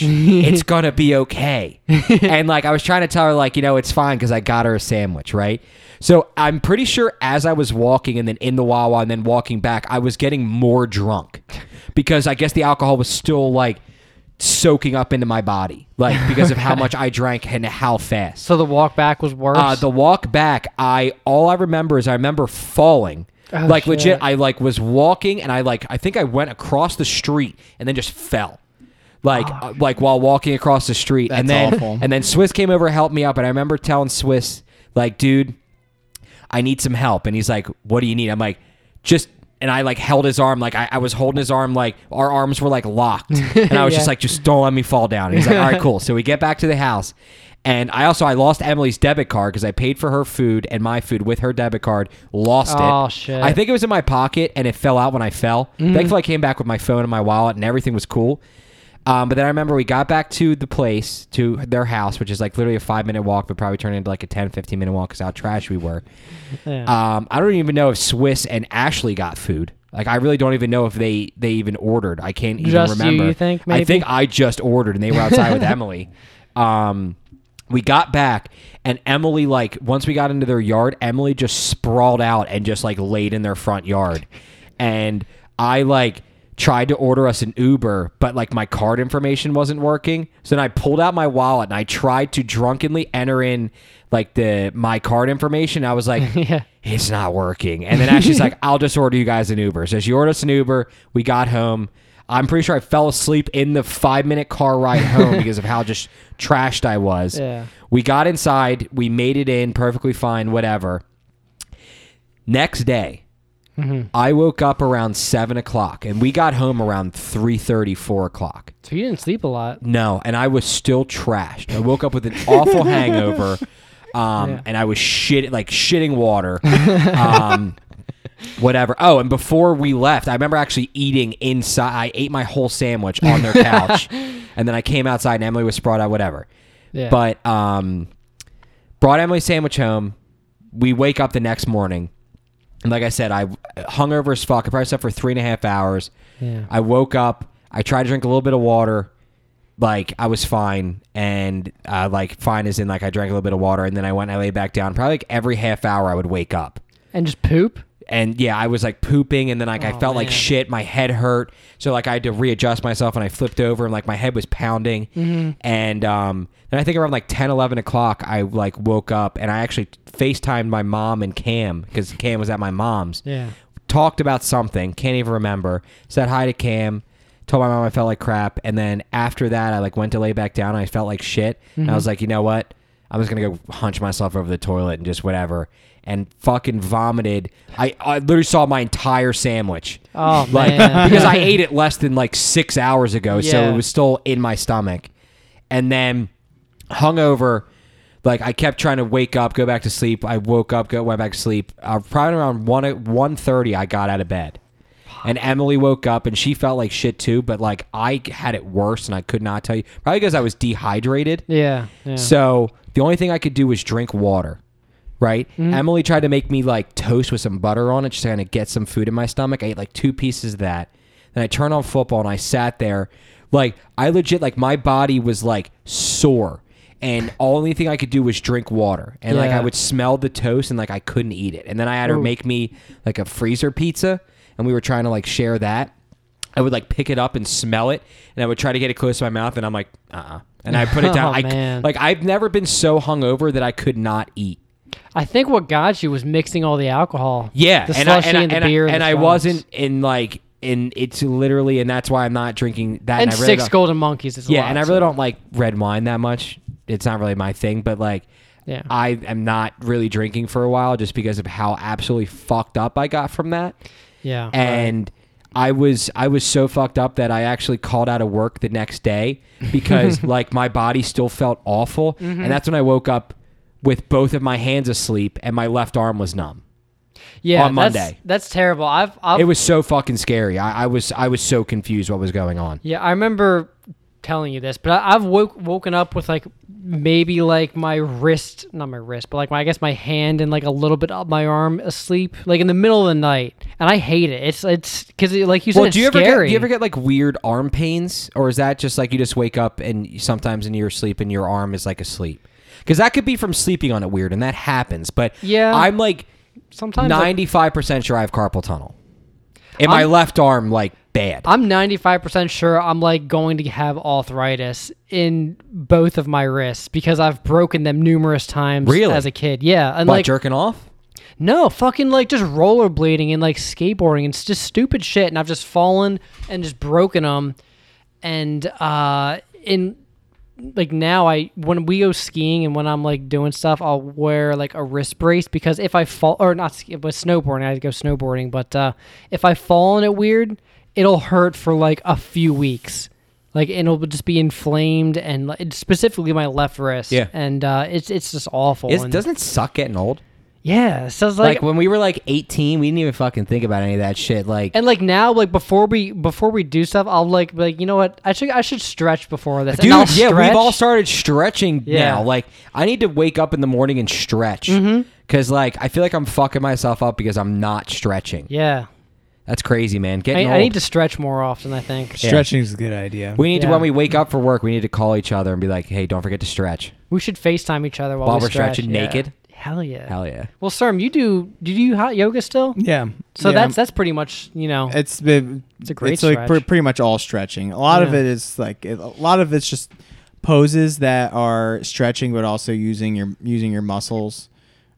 S2: it's gonna be okay. and like I was trying to tell her like you know it's fine because I got her a sandwich, right? So I'm pretty sure as I was walking and then in the Wawa and then walking back, I was getting more drunk because I guess the alcohol was still like soaking up into my body, like because of how much I drank and how fast.
S1: So the walk back was worse.
S2: Uh, the walk back, I all I remember is I remember falling.
S1: Oh,
S2: like legit,
S1: shit.
S2: I like was walking and I like I think I went across the street and then just fell. Like uh, like while walking across the street and
S3: That's
S2: then
S3: awful.
S2: and then Swiss came over helped me up and I remember telling Swiss like dude I need some help. And he's like, What do you need? I'm like, Just, and I like held his arm. Like, I, I was holding his arm, like, our arms were like locked. And I was just
S1: Yeah.
S2: like, Just don't let me fall down. And he's like, All right, cool. So we get back to the house. And I also I lost Emily's debit card because I paid for her food and my food with her debit card. Lost it.
S1: Oh, shit. Mm-hmm.
S2: I think it was in my pocket and it fell out when I fell. Thankfully, I came back with my phone and my wallet and everything was cool. Um, but then I remember we got back to the place, to their house, which is like literally a five minute walk, but probably turned into like a 10, 15 minute walk because how trash we were.
S1: Yeah.
S2: Um, I don't even know if Swiss and Ashley got food. Like I really don't even know if they they even ordered. I can't even
S1: Just you,
S2: remember.
S1: you think,
S2: I
S1: maybe?
S2: think I just ordered and they were outside with Emily. Um, we got back and Emily like once we got into their yard, Emily just sprawled out and just like laid in their front yard. And I like tried to order us an Uber, but like my card information wasn't working. So then I pulled out my wallet and I tried to drunkenly enter in like the my card information. I was like,
S1: Yeah.
S2: it's not working. And then Ashley's like, I'll just order you guys an Uber. So she ordered us an Uber. We got home. I'm pretty sure I fell asleep in the five minute car ride home because of how just trashed I was.
S1: Yeah.
S2: We got inside. We made it in perfectly fine, whatever. Next day, I woke up around seven o'clock and we got home around 3.30, 4 o'clock.
S1: so you didn't sleep a lot.
S2: No, and I was still trashed. I woke up with an awful hangover, um,
S1: Yeah.
S2: and I was shit like shitting water, um, whatever. Oh, and before we left, I remember actually eating inside. I ate my whole sandwich on their couch, and then I came outside, and Emily was sprawled out, whatever.
S1: Yeah.
S2: But um, brought Emily's sandwich home. We wake up the next morning. And like I said, I hungover as fuck. I probably slept for three and a half hours.
S1: Yeah.
S2: I woke up. I tried to drink a little bit of water. Like I was fine, and uh, like fine as in like I drank a little bit of water, and then I went and I lay back down. Probably like every half hour, I would wake up
S1: and just poop.
S2: and yeah, I was like pooping, and then like I
S1: Oh,
S2: felt like
S1: man.
S2: shit. My head hurt, so like I had to readjust myself, and I flipped over, and like my head was pounding.
S1: Mm-hmm.
S2: And um, then I think around like 10, 11 o'clock, I like woke up, and I actually Facetimed my mom and Cam because Cam was at my mom's.
S1: Yeah.
S2: Talked about something, can't even remember. Said hi to Cam. Told my mom I felt like crap, and then after that, I like went to lay back down. And I felt like shit, and I was like, you know what? I'm just gonna go hunch myself over the toilet and just whatever, and fucking vomited. I, I literally saw my entire sandwich,
S1: Oh
S2: like
S1: man.
S2: because I ate it less than like six hours ago, so
S1: Yeah.
S2: it was still in my stomach, and then hungover. Like I kept trying to wake up, go back to sleep. I woke up, go went back to sleep. Uh, probably around one one thirty, I got out of bed, and Emily woke up and she felt like shit too. But like I had it worse, and I could not tell you. Probably because I was dehydrated.
S1: yeah. Yeah.
S2: So the only thing I could do was drink water. Right?
S1: Mm-hmm.
S2: Emily tried to make me like toast with some butter on it, just trying to get some food in my stomach. I ate like two pieces of that. Then I turned on football and I sat there. Like I legit like my body was like sore. And only thing I could do was drink water. And like
S1: Yeah.
S2: I would smell the toast and like I couldn't eat it. And then I had her
S1: Ooh.
S2: make me like a freezer pizza and we were trying to like share that. I would like pick it up and smell it, and I would try to get it close to my mouth, and I'm like, uh, uh and I put it down.
S1: Oh,
S2: I,
S1: man.
S2: Like I've never been so hungover that I could not eat.
S1: I think what got you was mixing all the alcohol.
S2: Yeah,
S1: The
S2: and I,
S1: slushy
S2: and, I-
S1: and, the
S2: and I-
S1: beer.
S2: and
S1: the
S2: I
S1: shots.
S2: wasn't in like in it's literally, and that's why I'm not drinking that.
S1: And
S2: I really
S1: six
S2: don't-
S1: golden monkeys is a
S2: Yeah,
S1: lot,
S2: and I really
S1: so-
S2: don't like red wine that much. It's not really my thing, but like.
S1: Yeah.
S2: I am not really drinking for a while just because of how absolutely fucked up I got from that.
S1: Yeah.
S2: and I was I was so fucked up that I actually called out of work the next day because like my body still felt awful,
S1: Mm-hmm.
S2: and that's when I woke up with both of my hands asleep and my left arm was numb.
S1: yeah,
S2: on
S1: that's-
S2: Monday.
S1: That's terrible. I've, I've
S2: It was so fucking scary. I, I was I was so confused what was going on.
S1: Yeah, I remember telling you this, but I, I've woke woken up with like maybe like my wrist, not my wrist, but like my I guess my hand and like a little bit up my arm asleep, like in the middle of the night, and I hate it. It's it's because it, like you said,
S2: Well,
S1: it's
S2: do you ever
S1: scary.
S2: get, do you ever get like weird arm pains, or is that just like you just wake up and sometimes in your sleep and your arm is like asleep? Because that could be from sleeping on it weird, and that happens. But
S1: Yeah.
S2: I'm like
S1: sometimes? like,
S2: ninety five percent sure I have carpal tunnel in my
S1: I'm-
S2: left arm, like bad.
S1: I'm 95% sure I'm like going to have arthritis in both of my wrists because I've broken them numerous times
S2: Really?
S1: as a kid. Yeah, and
S2: By
S1: like
S2: jerking off.
S1: No, fucking like just rollerblading and like skateboarding and s- just stupid shit. And I've just fallen and just broken them. And uh, in like now, I when we go skiing and when I'm like doing stuff, I'll wear like a wrist brace because if I fall or not, ski, but snowboarding, I go snowboarding. But uh, if I fall and it weird, it'll hurt for like a few weeks. Like and it'll just be inflamed and like, specifically my left wrist.
S2: Yeah.
S1: and uh, it's it's just awful.
S2: Is,
S1: and,
S2: doesn't it suck getting old?
S1: yeah, so it's
S2: Like, when we were like eighteen, we didn't even fucking think about any of that shit. Like,
S1: And like now, like before we before we do stuff, I'll like be like you know what I should I should stretch before this.
S2: dude,
S1: and I'll
S2: yeah,
S1: stretch.
S2: we've all started stretching
S1: Yeah. Mm-hmm.
S2: now. Like, I need to wake up in the morning and stretch because, like, I feel like I'm fucking myself up because I'm not stretching.
S1: Yeah,
S2: That's crazy, man.
S1: I,
S2: Getting
S1: I
S2: old.
S1: need to stretch more often. I think
S3: Stretching is a good idea.
S2: we need to
S1: Yeah.
S2: when we wake up for work, we need to call each other and be like, "Hey, don't forget to stretch."
S1: we should Facetime each other while,
S2: While
S1: we
S2: we're
S1: stretch.
S2: stretching
S1: yeah.
S2: naked?
S1: Hell yeah.
S2: Hell yeah.
S1: Well, Serm, you do do you do hot yoga still?
S3: yeah.
S1: So
S3: yeah.
S1: that's that's pretty much you know.
S3: it's been, it's
S1: a great
S3: like pre-
S1: stretch.
S3: pretty much all stretching. A lot of
S1: Yeah.
S3: it is like a lot of it's just poses that are stretching, but also using your using your muscles.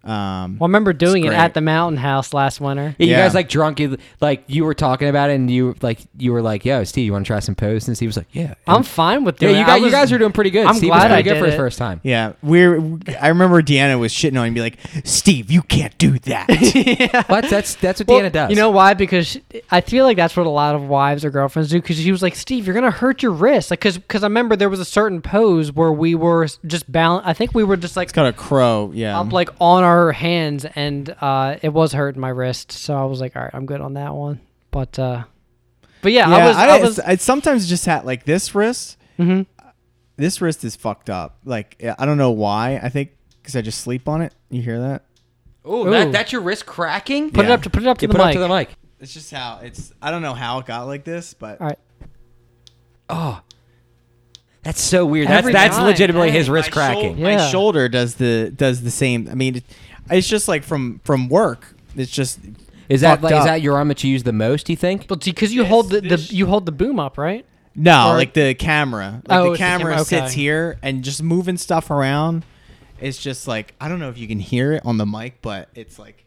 S3: Um,
S1: well, I remember doing it
S3: great.
S1: at the Mountain House last winter.
S2: Yeah, you
S3: Yeah.
S2: guys like drunk, you- like you were talking about it, and you like you were like, "Yo, Steve, you want to try some pose?" And Steve was like, "Yeah."
S1: I'm fine with
S2: yeah,
S1: doing.
S2: you
S1: it. I
S2: guys, you
S1: was-
S2: guys are doing pretty good.
S1: I'm
S2: Steve
S1: glad
S2: was
S1: I
S2: pretty good
S1: did
S2: for his
S1: it.
S2: first time.
S3: yeah, we're. I remember Deanna was shitting on me, like, "Steve, you can't do that."
S2: What? That's that's what
S1: Well,
S2: Deanna does.
S1: You know why? Because she- I feel like that's what a lot of wives or girlfriends do. Because she was like, "Steve, you're gonna hurt your wrist." Like, because I remember there was a certain pose where we were s- just balance. I think we were just like
S3: it's got a crow. Yeah,
S2: Mm-hmm.
S1: up, like on our hands, and uh, it was hurting my wrist. So I was like, "All right, I'm good on that one." But uh, but yeah,
S3: yeah.
S1: I was I,
S3: I,
S1: was
S3: I sometimes just had like this wrist.
S1: Mhm.
S3: This wrist is fucked up. Like I don't know why. I think because I just sleep on it. You hear that?
S2: Ooh,
S1: Ooh.
S2: that, that's your wrist cracking.
S1: put it
S3: yeah.
S1: up to put it up to
S2: You
S1: the
S2: put it
S1: mic.
S2: up to the mic.
S3: It's just how it's. I don't know how it got like this, but
S1: All right.
S2: Oh, that's so weird.
S1: Every
S2: that's that's
S1: time.
S2: legitimately
S1: Yeah.
S2: his wrist
S3: my shou-
S2: cracking.
S1: Yeah.
S3: My shoulder does the does the same. I mean, it, it's just like from from work. It's just
S2: Is that
S3: fucked
S2: like,
S3: up.
S2: is that your arm that you use the most? You think?
S1: But because you hold the,
S3: This-
S1: the
S3: this-
S1: you hold the boom up, right?
S3: no
S1: or-
S3: like the camera? Like
S1: Oh,
S3: the
S1: it's the camera,
S3: camera
S1: okay.
S3: sits here and just moving stuff around. It's just like I don't know if you can hear it on the mic, but it's like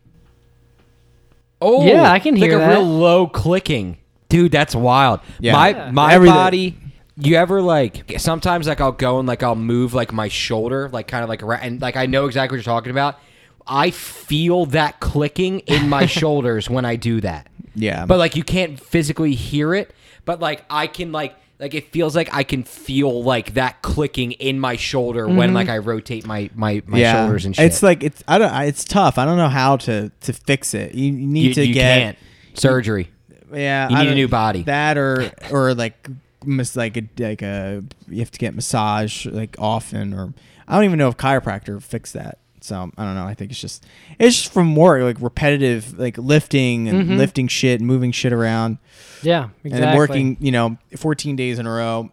S2: Oh,
S1: Yeah, I can
S2: like
S1: hear
S2: a
S1: that.
S2: real low clicking. Dude, that's wild.
S3: Yeah.
S2: My
S3: Yeah.
S2: my
S3: Everything.
S2: body. You ever like sometimes like I'll go and like I'll move like my shoulder like kind of like around and like I know exactly what you're talking about. I feel that clicking in my shoulders when I do that.
S3: Yeah.
S2: But like you can't physically hear it, but like I can like like it feels like I can feel like that clicking in my shoulder
S1: Mm-hmm.
S2: when like I rotate my my my shoulders and shit.
S3: It's like it's I don't I- it's tough. I don't know how to to fix it. You, you need
S2: you,
S3: to
S2: you
S3: get
S2: can't surgery.
S3: yeah.
S2: You
S3: I
S2: need a
S3: don't-
S2: new body.
S3: That or or like mis- like a like a you have to get massage like often or I don't even know if chiropractor fixed that. So I don't know. I think it's just it's just from work like repetitive like lifting and lifting shit, and moving shit around,
S1: Yeah, exactly.
S3: and working you know 14 days in a row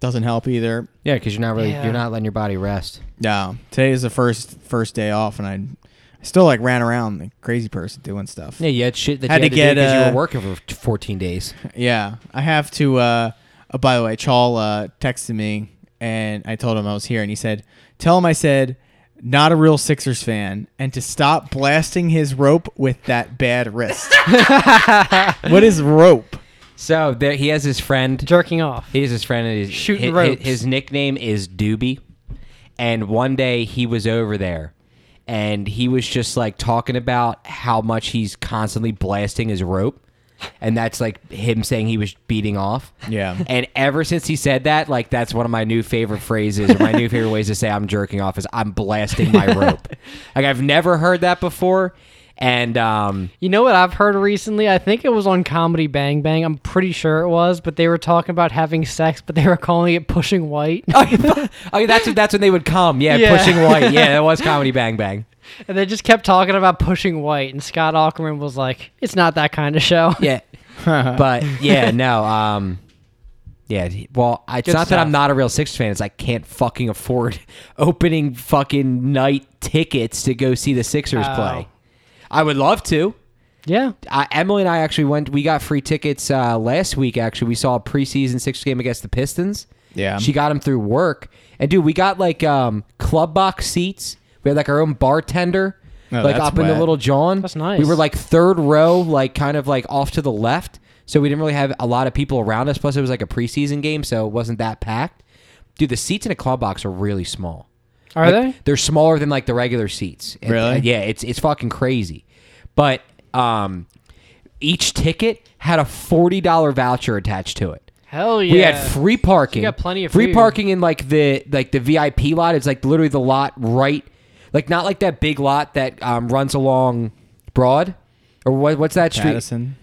S3: doesn't help either.
S2: Yeah, because you're not really
S1: Yeah.
S2: you're not letting your body rest.
S3: No, today is the first first day off, and I, I still like ran around like a crazy person doing stuff.
S2: Yeah, you had shit that
S3: Had
S2: you had to,
S3: to
S2: get,
S3: get,
S2: you
S3: uh,
S2: were working for t- 14 days.
S3: Yeah, I have to. Uh, oh, by the way, Chal uh, texted me, and I told him I was here, and he said, "Tell him I said." Not a real Sixers fan, and to stop blasting his rope with that bad wrist. what is rope?
S2: So there, he has his friend.
S1: jerking off.
S2: He has his friend. And his,
S1: Shooting
S2: his,
S1: ropes.
S2: His nickname is Doobie. And one day he was over there, and he was just like talking about how much he's constantly blasting his rope. and that's like him saying he was beating off.
S3: Yeah.
S2: And ever since he said that, like that's one of my new favorite phrases or my new favorite ways to say I'm jerking off is I'm blasting my rope. Like I've never heard that before. And um
S1: You know what I've heard recently? I think it was on Comedy Bang Bang. I'm pretty sure it was, but they were talking about having sex, but they were calling it pushing white.
S2: oh, yeah, that's that's when they would come. Yeah,
S1: Yeah.
S2: pushing white. Yeah, that was comedy bang bang.
S1: and they just kept talking about pushing white. And Scott Ackerman was like, it's not that kind of show.
S2: Yeah. but yeah, no. Um yeah, well, it's
S1: Good
S2: not that
S1: stuff.
S2: I'm not a real Sixers fan. It's I can't fucking afford opening fucking night tickets to go see the Sixers
S1: Oh.
S2: play. I would love to.
S1: Yeah.
S2: uh, Emily and I actually went. We got free tickets uh, last week. Actually, we saw a preseason Sixers game against the Pistons.
S3: Yeah.
S2: she got them through work. And dude, we got like um, club box seats. We had like our own bartender,
S3: Oh,
S2: like
S3: that's
S2: up in the
S3: wet.
S2: little John.
S1: That's nice.
S2: We were like third row, like kind of like off to the left. So we didn't really have a lot of people around us. Plus, it was like a preseason game, so it wasn't that packed. Dude, the seats in a club box are really small.
S1: Are
S2: Like, They're smaller than like the regular seats. And- uh,
S3: Really?
S2: yeah, it's it's fucking crazy. But um, each ticket had a forty dollar voucher attached to it.
S1: they? Hell yeah.
S2: We had free parking.
S1: got plenty of
S2: free
S1: food.
S2: parking in like the like the VIP lot. It's like literally the lot right, like not like that big lot that um, runs along Broad, or what, what's that street?
S3: Madison.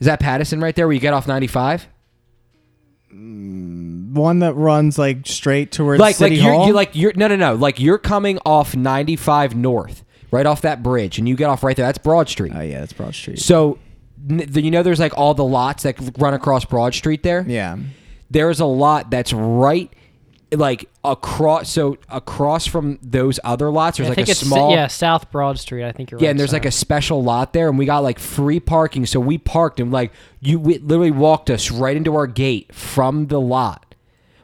S2: Is that Patterson right there where you get off ninety five?
S3: One that runs like straight towards
S2: like
S3: City
S2: like you're,
S3: Hall.
S2: you're like you're no no no like you're coming off 95 north right off that bridge and you get off right there that's broad street
S3: oh yeah, that's Broad Street.
S2: so n- the, you know there's like all the lots that run across broad street there
S3: yeah.
S2: there's a lot that's right like across so across from those other lots there's
S1: I
S2: like
S1: think
S2: a
S1: it's
S2: small
S1: yeah, South Broad Street. I think you're right.
S2: yeah, and there's like a special lot there, and we got like free parking, so we parked and like you we literally walked us right into our gate from the lot,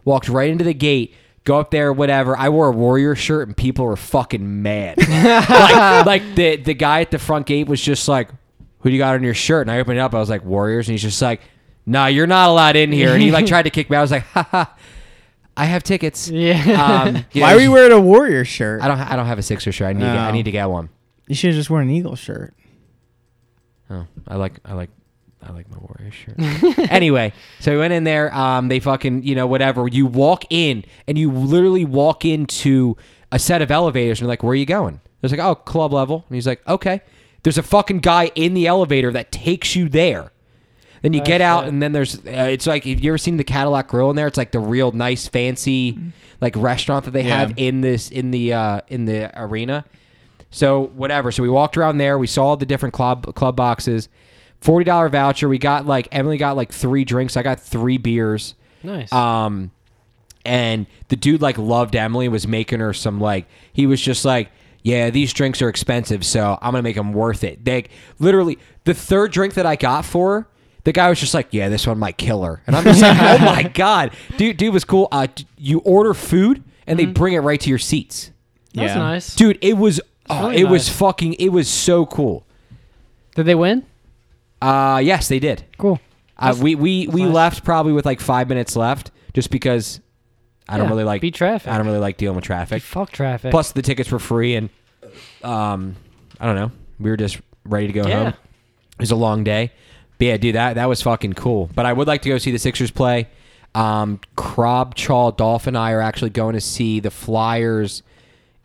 S2: walked right into the gate. Go up there, whatever. I wore a warrior shirt, and people were fucking mad. like, like the the guy at the front gate was just like, "Who do you got on your shirt?" And I opened it up. I was like, "Warriors," and he's just like, "Nah, you're not allowed in here." And he like tried to kick me. I was like, "Ha ha, I have tickets."
S1: Yeah.
S2: Um, you
S3: Why
S2: know,
S3: were you wearing a Warrior shirt?
S2: I don't. I don't have a Sixer shirt. I need. to get- I
S3: No.
S2: need to get one.
S3: You should have just worn an Eagle shirt.
S2: Oh, I like I like I like my warrior shirt. anyway, so we went in there. Um, they fucking you know whatever. You walk in and you literally walk into a set of elevators and you're like, where are you going? There's like, oh, club level. And he's like, okay. There's a fucking guy in the elevator that takes you there. Then you get out,
S1: shit.
S2: and then there's. Uh, it's like if you ever seen the Cadillac Grill in there, it's like the real nice, fancy, like restaurant that they
S3: Yeah.
S2: have in this in the uh, in the arena. So whatever. So we walked around there. We saw the different club club boxes. Forty dollar voucher. We got like Emily got like three drinks. I got three beers.
S1: nice.
S2: Um, and the dude like loved Emily. Was making her some like he was just like. Yeah, these drinks are expensive, so I'm gonna make them worth it. They literally the third drink that I got for her, the guy was just like, "Yeah, this one might kill her," and I'm just like, "Oh my god, dude, dude was cool." Uh, d- you order food and they bring it right to your seats
S1: That's
S3: yeah.
S1: nice.
S2: dude it was oh,
S1: really
S2: it was
S1: nice.
S2: fucking it was so cool
S1: Did they win?
S2: uh yes they did
S1: Cool.
S2: uh, we we we
S1: nice.
S2: left probably with like five minutes left just because i don't
S1: Yeah,
S2: really like
S1: beat traffic.
S2: i don't really like dealing with traffic
S1: Fuck traffic.
S2: plus the tickets were free and um i don't know we were just ready to go
S1: Yeah.
S2: home it was a long day but yeah dude that that was fucking cool but i would like to go see the sixers play um Krob, chaw dolph and i are actually going to see the flyers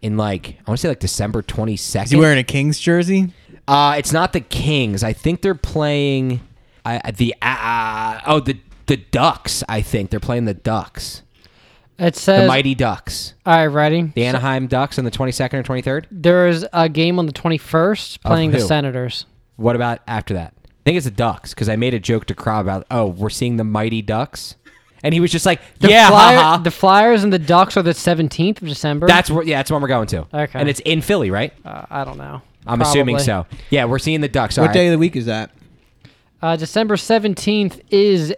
S2: in like i want to say like december 22nd
S3: Is he wearing a Kings jersey?
S2: Uh, it's not the Kings. I think they're playing I the uh, oh the the Ducks. I think they're playing the Ducks,
S1: it
S2: the
S1: says.
S2: mighty Ducks,
S1: all right, ready.
S2: the Anaheim Ducks, on the twenty second or twenty third.
S1: There's a game on the 21st playing the
S2: who?
S1: Senators.
S2: What about after that? I think it's the Ducks because I made a joke to Crab about oh we're seeing the mighty Ducks, and he was just like
S1: The
S2: yeah
S1: Flyer-
S2: haha.
S1: the Flyers and the Ducks are the 17th of December.
S2: that's where yeah that's when we're going to
S1: Okay.
S2: and it's in Philly right.
S1: Uh, I don't know.
S2: I'm assuming
S1: Probably.
S2: so. Yeah, we're seeing the Ducks.
S3: what
S2: All
S3: day
S2: right.
S3: of the week is that?
S1: Uh, December 17th is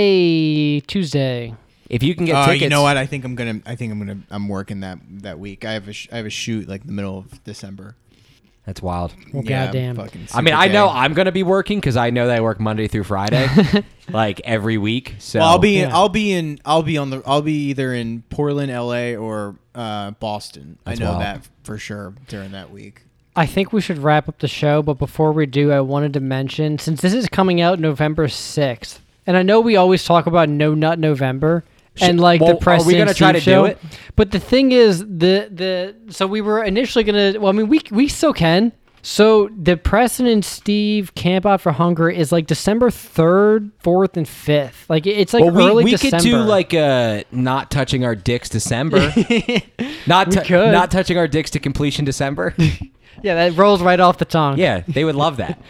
S1: a Tuesday.
S2: If you can get
S3: Uh,
S2: tickets,
S3: you know what? I think I'm gonna. I think I'm gonna. I'm working that that week. I have a. Sh- I have a shoot like the middle of December.
S2: That's wild.
S1: Well, goddamn.
S3: fucking
S2: I mean,
S3: super
S2: I know
S3: gay.
S2: I'm gonna be working because I know that I work Monday through Friday, like every week. So
S3: Well, I'll be. In,
S1: Yeah.
S3: I'll be in. I'll be on the. I'll be either in Portland, L.A. or uh, Boston.
S2: That's
S3: I know
S2: wild.
S3: that for sure during that week.
S1: I think we should wrap up the show, but before we do, I wanted to mention since this is coming out November 6th, and I know we always talk about No Nut November and like
S2: well,
S1: the press
S2: are we gonna try to do
S1: show,
S2: it?
S1: But the thing is the the so we were initially going to well I mean we we still can. So the President and Steve Camp Out for Hunger is like December 3rd, 4th and 5th. Like it's like
S2: Well, we,
S1: early
S2: we
S1: December.
S2: could do like uh, not touching our dicks December, not tou-
S1: could.
S2: not touching our dicks to completion December.
S1: Yeah, that rolls right off the tongue.
S2: yeah, they would love that.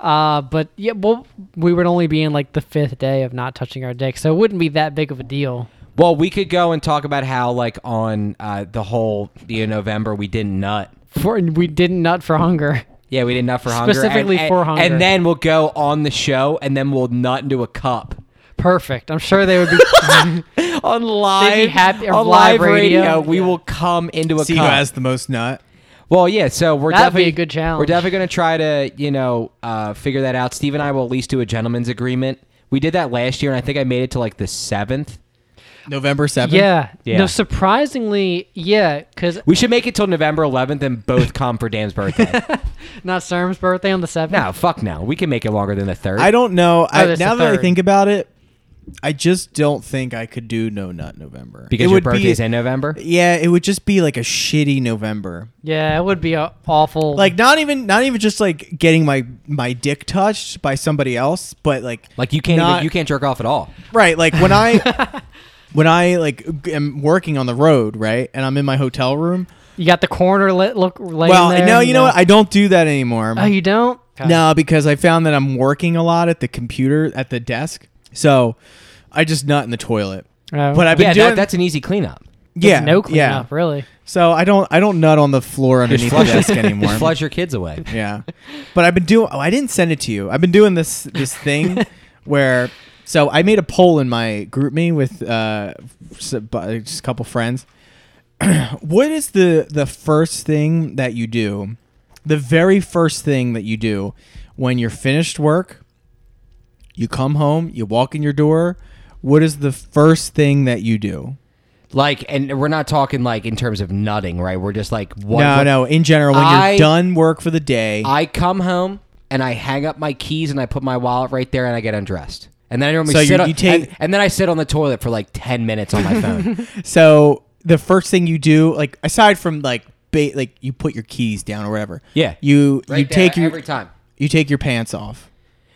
S1: Uh, but yeah, well, we would only be in like the fifth day of not touching our dick, so it wouldn't be that big of a deal.
S2: Well, we could go and talk about how like on uh, the whole you know, November we didn't nut.
S1: For we didn't nut for hunger.
S2: Yeah, we did nut for hunger. and-
S1: Specifically
S2: and-
S1: for hunger.
S2: And then we'll go on the show and then we'll nut into a cup.
S1: Perfect. I'm sure they would be.
S2: On live,
S1: happy- or
S2: on
S1: live
S2: live radio,
S1: radio.
S2: we will come into a
S3: See who
S2: cup.
S3: has the most nut.
S2: Well, yeah. So we're
S1: That'd be
S2: definitely
S1: a good challenge.
S2: We're definitely going to try to you know uh, figure that out. Steve and I will at least do a gentleman's agreement. We did that last year, and I think I made it to like the seventh.
S3: November 7th.
S1: yeah.
S2: Yeah.
S1: No, surprisingly, yeah, because
S2: We should make it till November 11th and both come for Dan's birthday.
S1: not Serm's birthday on the seventh.
S2: no, fuck no. We can make it longer than the third.
S3: I don't know. I,
S1: Oh, that's the
S3: now that I
S1: third.
S3: think about it, I just don't think I could do no nut November
S2: because
S3: it
S2: your
S3: would
S2: birthday's
S3: be,
S2: in November.
S3: Yeah, it would just be like a shitty November.
S1: Yeah, it would be a awful.
S3: Like not even not even just like getting my my dick touched by somebody else, but like
S2: Like you can't
S3: Not-
S2: even, you can't jerk off at all.
S3: right like when I. When I like g- am working on the road, right, and I'm in my hotel room.
S1: you got the corner lit look laying
S3: Well,
S1: there.
S3: no, you know what? I don't do that anymore.
S1: oh, you don't. God.
S3: No, because I found that I'm working a lot at the computer at the desk, so I just nut in the toilet.
S1: Oh.
S3: But I've been
S2: Yeah,
S3: doing
S2: that, that's an easy cleanup.
S3: yeah
S1: no cleanup
S3: yeah.
S1: up, really.
S3: So I don't I don't nut on the floor underneath the
S2: flush it.
S3: desk anymore.
S2: Just flush your kids away.
S3: Yeah, but I've been doing. Oh, I didn't send it to you. I've been doing this this thing where so I made a poll in my group me with uh s- bu- just a couple friends. what is the the first thing that you do? The very first thing that you do when you're finished work, you come home, you walk in your door. What is the first thing that you do?
S2: Like, and we're not talking like in terms of nutting, right? We're just like what.
S3: no, no. In general, when
S2: I-
S3: you're done work for the day,
S2: I come home and I hang up my keys and I put my wallet right there and I get undressed. And then I normally
S3: So
S2: sit
S3: you-
S2: on,
S3: you take-
S2: and, and then I sit on the toilet for like ten minutes on my phone.
S3: So the first thing you do, like aside from like ba- like you put your keys down or whatever.
S2: Yeah.
S3: You
S2: Right
S3: you
S2: there,
S3: take your
S2: every time.
S3: you take your pants off.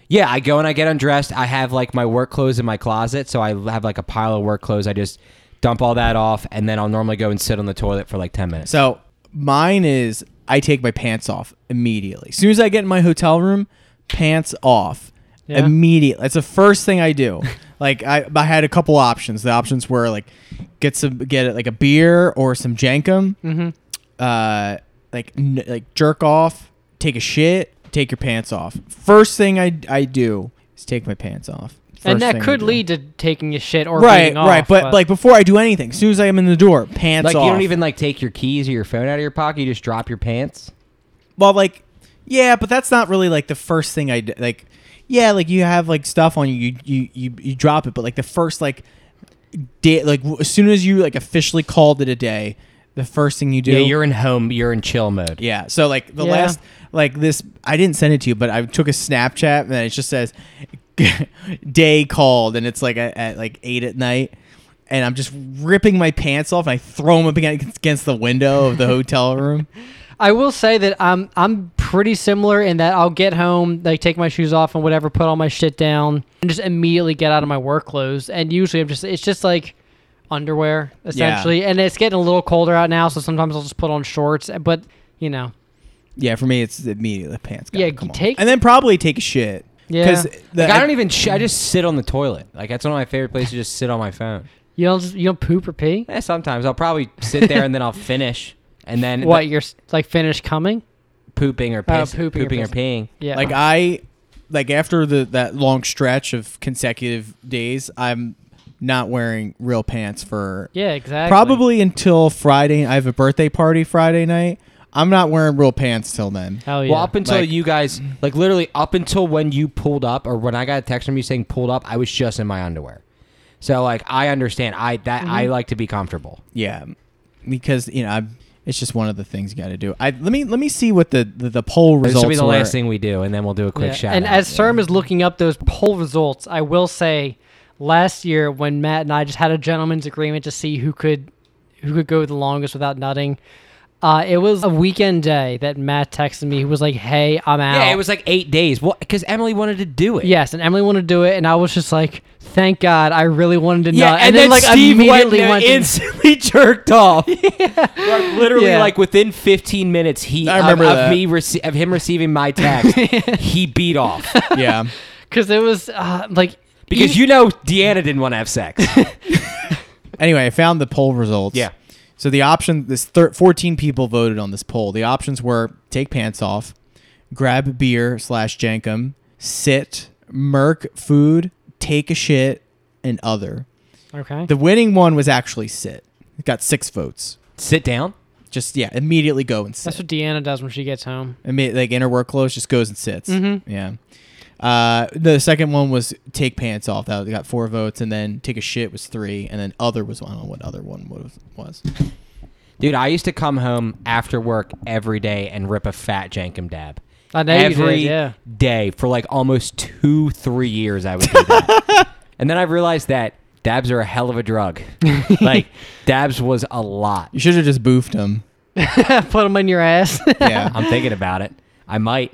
S2: Yeah, I go and I get undressed. I have like my work clothes in my closet, so I have like a pile of work clothes. I just dump all that off, and then I'll normally go and sit on the toilet for like ten minutes.
S3: So mine is I take my pants off immediately. As soon as I get in my hotel room, pants off.
S1: Yeah.
S3: Immediately. That's the first thing I do. like I I had a couple options. The options were like get some get like a beer or some jankum. Mm-hmm. Uh like n- like jerk off, take a shit, take your pants off. First thing I I do is take my pants off. First
S1: and
S3: thing
S1: that
S3: I
S1: could
S3: do.
S1: lead to taking a shit or
S3: Right,
S1: beating off,
S3: right, but, like before I do anything, as soon as I am in the door, pants
S2: like
S3: off.
S2: you don't even like take your keys or your phone out of your pocket. You just drop your pants.
S3: well like yeah but that's not really like the first thing i d- like yeah like you have like stuff on you you you, you, you drop it but like the first like day like w- as soon as you like officially called it a day the first thing you do
S2: Yeah, you're in home. You're in chill mode.
S3: yeah so like the
S1: Yeah.
S3: last like this i didn't send it to you but i took a snapchat and it just says day called and it's like at, at like eight at night and i'm just ripping my pants off and i throw them up against against the window of the hotel room
S1: I will say that I'm I'm pretty similar in that I'll get home, like take my shoes off and whatever, put all my shit down, and just immediately get out of my work clothes. And usually I'm just it's just like underwear essentially. And it's getting a little colder out now, so sometimes I'll just put on shorts. But you know,
S3: Yeah, for me, it's immediately pants. gotta
S1: Yeah,
S3: come
S1: you
S3: off.
S1: take-
S3: and then probably take a shit.
S1: Yeah.
S3: the,
S2: Like, I don't even. Sh- I just sit on the toilet. Like that's one of my favorite places. to Just sit on my phone.
S1: you don't you don't poop or pee.
S2: Eh, sometimes I'll probably sit there and then I'll finish, and then
S1: What you're s- like finished coming?
S2: pooping or
S1: Oh,
S2: piss,
S1: pooping
S2: pooping,
S1: or
S2: or, peeing.
S1: Yeah,
S3: like I like after the that long stretch of consecutive days, I'm not wearing real pants for
S1: yeah, exactly.
S3: probably until Friday. I have a birthday party Friday night. I'm not wearing real pants till then.
S1: Hell Oh, yeah.
S2: Well, up until
S3: Like-
S2: you guys, like literally up until when you pulled up, or when I got a text from you saying pulled up, I was just in my underwear.
S1: Mm-hmm.
S2: So like I understand. I that I like to be comfortable.
S3: Yeah, because you know I'm It's just one of the things you got to do. I let me let me see what the the, the poll
S2: This
S3: results
S2: will be the
S3: were.
S2: last thing we do, and then we'll do a quick
S1: Yeah,
S2: shout.
S1: And
S2: out.
S1: as Serm is looking up those poll results, I will say last year when Matt and I just had a gentleman's agreement to see who could who could go the longest without nutting. Uh, it was a weekend day that Matt texted me. He was like, "Hey, I'm out."
S2: yeah, it was like eight days. Well, because Emily wanted to do it.
S1: Yes, and Emily wanted to do it, and I was just like, "Thank God!" I really wanted to
S4: Yeah,
S1: nut.
S4: and, then, like Steve immediately went,
S1: to-
S4: instantly jerked off. Like, literally,
S1: Yeah.
S4: like within 15 minutes, he
S3: I
S4: of-
S3: remember
S4: of,
S3: that.
S4: me rece- of him receiving my text, he beat off
S3: yeah.
S1: because it was uh, like
S4: because you know Deanna didn't want to have sex.
S3: Anyway, I found the poll results.
S4: Yeah.
S3: So the option this thir- 14 people voted on this poll. The options were take pants off, grab beer slash jankum, sit, murk food, take a shit, and other.
S1: okay.
S3: The winning one was actually sit. It got six votes.
S2: Sit down.
S3: Just yeah, immediately go and
S1: That's
S3: sit.
S1: what Deanna does when she gets home.
S3: Imme- like inner work clothes, just goes and sits. Yeah. Uh, the second one was take pants off. That got four votes, and then take a shit was three, and then other was I don't know what other one was. was.
S2: Dude, I used to come home after work every day and rip a fat jankum dab.
S1: I know you did,
S2: Every day
S1: yeah.
S2: for like almost two, three years, I would do that. and then I realized that dabs are a hell of a drug. like, dabs was a lot.
S3: You should have just boofed them.
S1: Put them in your ass.
S3: Yeah.
S2: I'm thinking about it. I might.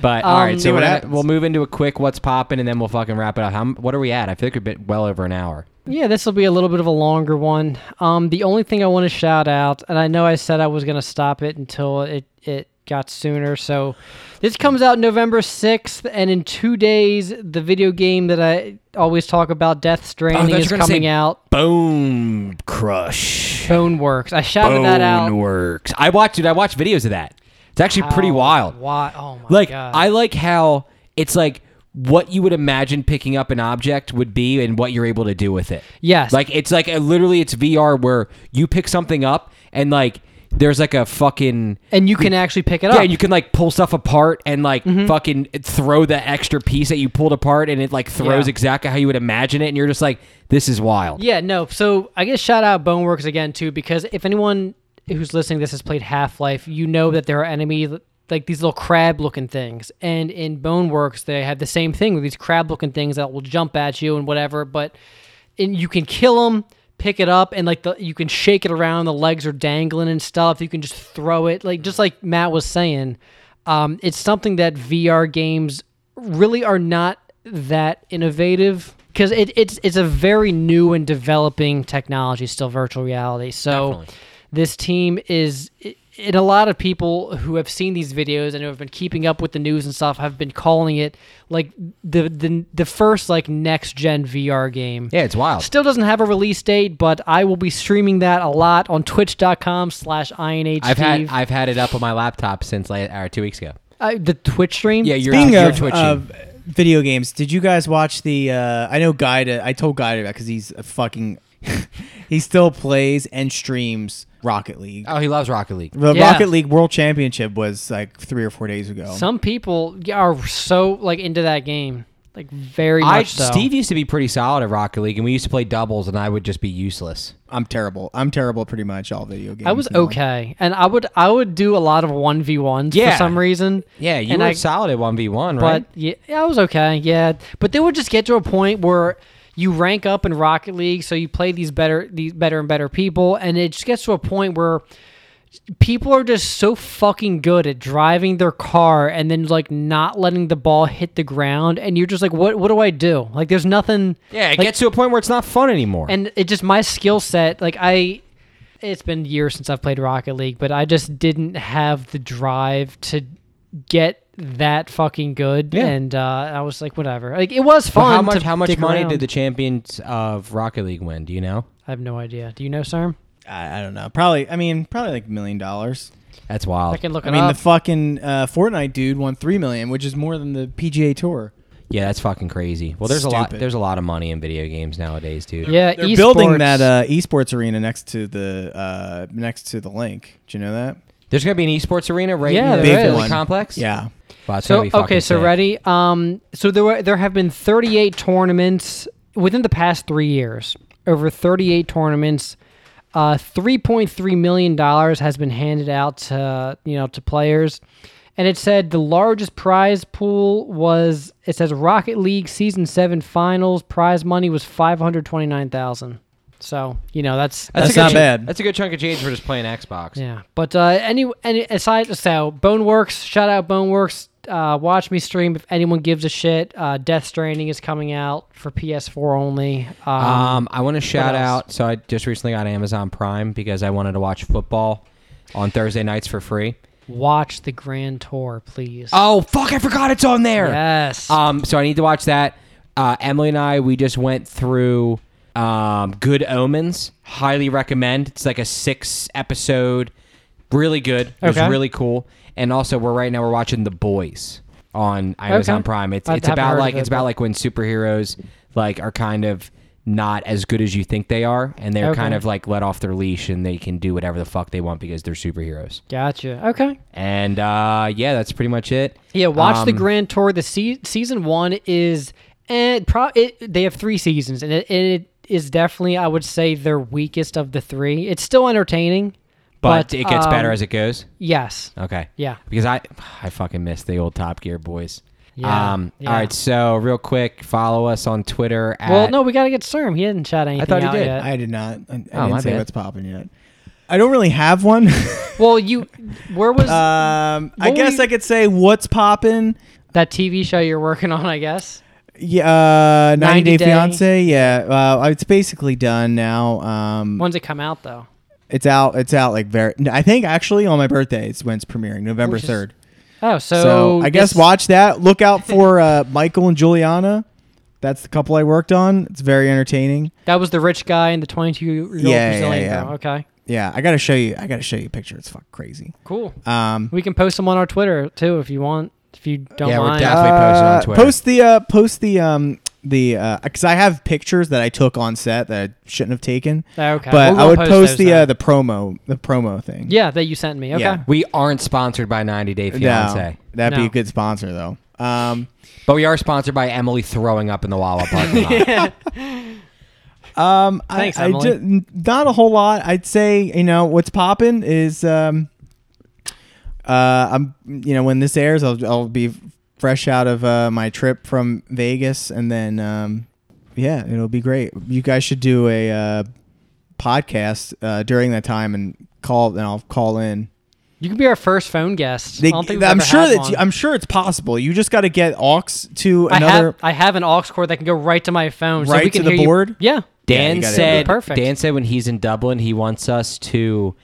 S2: But all
S1: Um,
S2: right,
S3: See
S2: so
S3: what
S2: we're gonna,
S3: happens.
S2: we'll move into a quick what's popping, and then we'll fucking wrap it up. How, m- what are we at? I feel like we've been well over an hour.
S1: Yeah, this will be a little bit of a longer one. Um, the only thing I want to shout out, and I know I said I was going to stop it until it it got sooner. So this comes out November sixth, and in two days, the video game that I always talk about,
S2: Oh,
S1: Death Stranding,
S2: thought you
S1: is
S2: were gonna say-
S1: coming out.
S2: Bone crush.
S1: Bone Works. I shouted that out.
S2: works. I watched, dude. I watched videos of that. It's actually pretty
S1: How-
S2: wild.
S1: Why? Oh my
S2: like
S1: god!
S2: I like how it's like what you would imagine picking up an object would be and what you're able to do with it.
S1: Yes.
S2: Like it's like a, literally it's VR where you pick something up and like there's like a fucking
S1: and you can actually pick it up.
S2: yeah, you can like pull stuff apart and like
S1: Mm-hmm.
S2: fucking throw the extra piece that you pulled apart and it like throws
S1: Yeah.
S2: exactly how you would imagine it and you're just like this is wild.
S1: Yeah, no. So I guess shout out Boneworks again too, because if anyone who's listening to this has played Half Life, you know that there are enemy like these little crab looking things, and in Boneworks they have the same thing with these crab looking things that will jump at you and whatever, but and you can kill them. Pick it up and like the you can shake it around. The legs are dangling and stuff. You can just throw it like just like Matt was saying. Um, it's something that VR games really are not that innovative because it, it's it's a very new and developing technology still virtual reality so this team is i- and a lot of people who have seen these videos and who have been keeping up with the news and stuff have been calling it like the the, the first like next gen VR game
S2: Yeah, it's wild.
S1: Still doesn't have a release date, but I will be streaming that a lot on twitch.com slash INH. Steve.
S2: I've had I've had it up on my laptop since like or 2 weeks ago.
S1: I- the Twitch stream.
S2: Yeah, you're
S3: Speaking
S2: you're
S3: of,
S2: twitching.
S3: of video games, did you guys watch the? Uh, I know Guy. To, I told Guy about because he's a fucking. he still plays and streams Rocket League.
S2: oh, he loves Rocket League.
S3: The
S1: Yeah.
S3: Rocket League World Championship was like three or four days ago.
S1: Some people are so like into that game, like very
S2: I,
S1: much so.
S2: Steve used to be pretty solid at Rocket League, and we used to play doubles, and I would just be useless.
S3: I'm terrible. I'm terrible at pretty much all video games.
S1: I was
S3: now.
S1: okay, and I would I would do a lot of one v ones for
S2: Yeah.
S1: some reason.
S2: Yeah, you
S1: And
S2: were
S1: I-
S2: solid at one v one, right?
S1: But yeah, I was okay. Yeah, but they would just get to a point where you rank up in Rocket League, so you play these better, these better and better people, and it just gets to a point where people are just so fucking good at driving their car and then like not letting the ball hit the ground, and you're just like, what? What do I do? Like, there's nothing.
S2: Yeah, it gets to a point where it's not fun anymore.
S1: and it just my skill set like i it's been years since i've played rocket league but i just didn't have the drive to get that fucking good and uh, i was like whatever like it was
S2: But
S1: fun
S2: how much
S1: to
S2: how much
S1: dick
S2: money
S1: around.
S2: did the champions of Rocket League win? Do you know?
S1: i have no idea do you know sir
S3: I, I don't know. Probably. I mean, probably like a million dollars.
S2: That's
S1: i
S2: wild.
S1: can look
S3: I
S1: it
S3: mean,
S1: up
S3: the fucking uh, Fortnite dude won three million, which is more than the PGA Tour.
S2: Yeah, that's fucking crazy. Well, there's a lot
S3: Stupid.
S2: there's a lot of money in video games nowadays, dude.
S1: yeah
S3: They're building
S1: esports.
S3: that uh, esports arena next to the uh, next to the link. Do you know that?
S2: There's gonna be an esports arena right
S1: Yeah,
S2: in the
S1: there
S2: Rocket
S1: is.
S2: League complex.
S3: Yeah.
S2: Wow, it's
S1: So
S2: gonna be fucking
S1: okay, so
S2: sick.
S1: ready. Um, so there were there have been 38 tournaments within the past three years. Over 38 tournaments. Uh, 3.3 million dollars has been handed out to you know to players, and it said the largest prize pool was it says Rocket League season seven finals prize money was 529 thousand. So you know that's
S3: That's
S2: a good
S3: not
S2: ch-
S3: bad.
S2: That's a good chunk of change for just playing Xbox.
S1: yeah, but uh, any any aside so Boneworks, shout out Boneworks. Uh, watch me stream if anyone gives a shit. Uh, Death Stranding is coming out for PS4 only. Um,
S2: Um, I want to shout
S1: else?
S2: out. So I just recently got Amazon Prime because I wanted to watch football on Thursday nights for free.
S1: watch the Grand Tour, please.
S2: Oh fuck! I forgot it's on there.
S1: yes.
S2: Um, so I need to watch that. Uh, Emily and I we just went through um, Good Omens. Highly recommend. It's like a six episode, really good. It was
S1: Okay.
S2: really cool. And also, we're right now we're watching The Boys on Amazon
S1: Okay.
S2: Prime. It's
S1: I
S2: it's
S1: haven't heard
S2: about
S1: of
S2: like
S1: it,
S2: it's about
S1: but-
S2: like when superheroes like are kind of not as good as you think they are, and they're
S1: Okay.
S2: kind of like let off their leash and they can do whatever the fuck they want because they're superheroes.
S1: gotcha. Okay.
S2: And uh, yeah, that's pretty much it.
S1: Yeah, watch the
S2: Um,
S1: Grand Tour. The se- season one is and pro- it, they have three seasons, and it, it is definitely I would say their weakest of the three. It's still entertaining,
S2: But, it gets better
S1: um,
S2: as it goes.
S1: yes.
S2: Okay.
S1: Yeah.
S2: because I I fucking miss the old Top Gear boys.
S1: Yeah,
S2: um,
S1: yeah.
S2: All right. So real quick, follow us on Twitter. At,
S1: Well, no, we gotta get Serm. He hasn't shot anything.
S2: thought he
S1: out
S2: did.
S1: Yet.
S3: I did not.
S2: Oh,
S3: I, I
S2: my
S3: didn't say
S2: bad.
S3: what's popping yet. I don't really have one.
S1: well, you, where was
S3: um, I
S1: were
S3: guess
S1: you-
S3: I could say what's popping.
S1: that TV show you're working on? I guess.
S3: Yeah, uh, 90,
S1: 90
S3: Day,
S1: Day.
S3: Fiance. Yeah, uh, it's basically done now. Um,
S1: When's it come out though?
S3: it's out. It's out like very. I think actually on my birthday it's when it's premiering, November
S1: Which is-
S3: third.
S1: Oh, so,
S3: So I guess
S1: this-
S3: watch that. Look out for uh, Michael and Juliana. That's the couple I worked on. It's very entertaining.
S1: that was the rich guy and the 22 year old
S3: Yeah, yeah,
S1: Brazilian
S3: yeah.
S1: girl. Okay,
S3: Yeah, I gotta show you. I gotta show you a picture. It's fucking crazy.
S1: cool.
S3: Um,
S1: We can post them on our Twitter too if you want. If you don't
S2: Yeah, we're
S1: mind.
S2: definitely post it on
S3: uh,
S2: Twitter.
S3: Post the uh, post the um the because I have pictures that I took on set that I shouldn't have taken,
S1: Oh, Okay.
S3: but
S1: We'll
S3: I would
S1: post
S3: post,
S1: those
S3: the
S1: then.
S3: uh, the promo the promo thing.
S1: yeah that you sent me. Okay.
S3: Yeah.
S2: we aren't sponsored by 90 Day Fiance,
S3: No, that'd be
S1: No.
S3: a good sponsor though. Um,
S2: but we are sponsored by Emily throwing up in the Wawa parking lot.
S3: um,
S1: Thanks,
S3: I, I
S1: Emily.
S3: ju- not a whole lot. I'd say you know what's popping is um, uh, I'm you know when this airs, I'll I'll be fresh out of uh, my trip from Vegas, and then um, yeah, it'll be great. You guys should do a uh, podcast uh, during that time and call, and I'll call in.
S1: You could be our first phone guest. I don't think we've
S3: am
S1: ever
S3: sure
S1: had
S3: that's
S1: one.
S3: I'm sure it's possible. You just got to get aux to
S1: I
S3: another.
S1: have I have an aux cord that can go right to my phone. so we
S3: Right
S1: can
S3: to the
S1: hear you-
S3: board?
S1: Yeah.
S3: Yeah,
S2: Dan
S3: you gotta
S2: said
S1: do it. Perfect.
S2: Dan said when he's in Dublin, he wants us to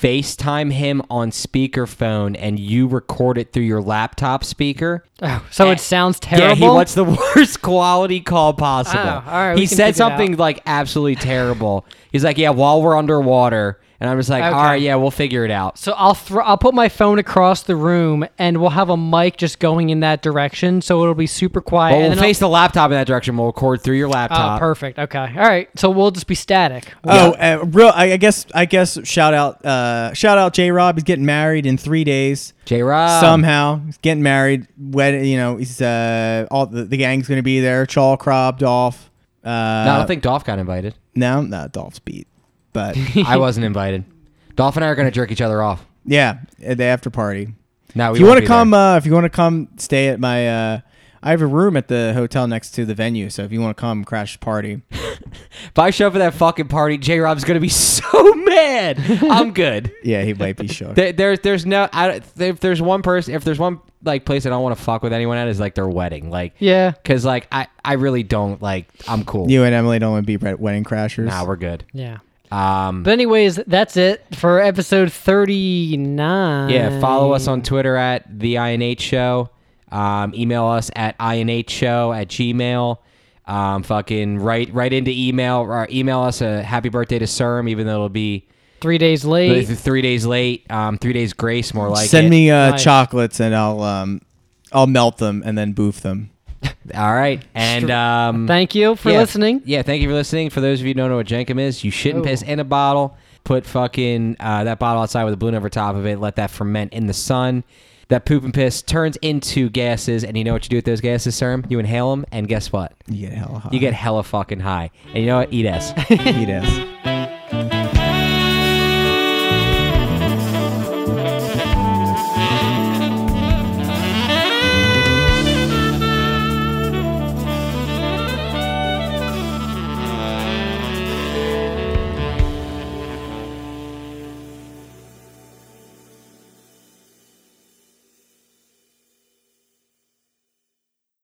S2: FaceTime him on speakerphone and you record it through your laptop speaker.
S1: Oh,
S3: Eh.
S1: so it sounds terrible.
S2: Yeah, he wants the worst quality call possible.
S1: Oh, all right,
S2: he
S1: we can
S2: said
S1: figure it
S2: something
S1: out.
S2: like absolutely terrible. He's like, "Yeah, while we're underwater," and I'm just like, "All
S1: Okay.
S2: right, yeah, we'll figure it out."
S1: so I'll throw I'll put my phone across the room and we'll have a mic just going in that direction, so it'll be super quiet.
S2: But
S1: and
S2: we'll
S1: then I'll-
S2: face the laptop in that direction. We'll record through your
S1: Oh,
S2: laptop.
S1: perfect. Okay. All right. So we'll just be static.
S3: Oh, uh, real. I, I guess. I guess. Shout out. Uh, shout out. J. Rob. He's getting married in three days.
S2: J. Rob.
S3: Somehow, he's getting married. Wed. You know, he's uh, all the, the gang's gonna be there. Chaw crobbed off. Uh,
S2: no, I don't think Dolph got invited.
S3: no, no, Dolph's beat. But
S2: I wasn't invited. Dolph and I are gonna jerk each other off.
S3: yeah, at the after party.
S2: No, we
S3: If you
S2: won't
S3: want
S2: be
S3: to
S2: there.
S3: come, uh, if you want to come, stay at my. Uh, I have a room at the hotel next to the venue, so if you want to come, crash the party.
S2: If I show up at that fucking party, J Rob's gonna be so mad. I'm good.
S3: Yeah, he might be shook.
S2: There, there's there's no I, don't- if there's one person if there's one like place I don't want to fuck with anyone at is like their wedding like
S1: Yeah.
S2: because like I I really don't like I'm cool.
S3: you and Emily don't want to be wedding crashers.
S2: nah, we're good.
S1: Yeah.
S2: Um,
S1: But anyways, that's it for episode thirty nine.
S2: yeah, follow us on Twitter at the INH Show. Um, email us at inhshow at gmail. Um, fucking write right into email or email us a happy birthday to CERM, even though it'll be
S1: three days
S2: th-
S1: late.
S2: th- three days late, um, three days grace, more like
S3: Send
S2: it.
S3: me uh,
S1: Nice.
S3: chocolates and I'll um, I'll melt them and then boof them.
S2: All right, and um,
S1: Thank you for
S2: yeah.
S1: listening.
S2: Yeah, thank you for listening. For those of you who don't know what Jenkum is, you shouldn't
S1: Oh.
S2: piss in a bottle. Put fucking uh, that bottle outside with a balloon over top of it. Let that ferment in the sun. That poop and piss turns into gases, and you know what you do with those gases, sir? You inhale them, and guess what?
S3: You get hella hot.
S2: You get hella fucking high. And you know what? Eat ass.
S3: heat ass.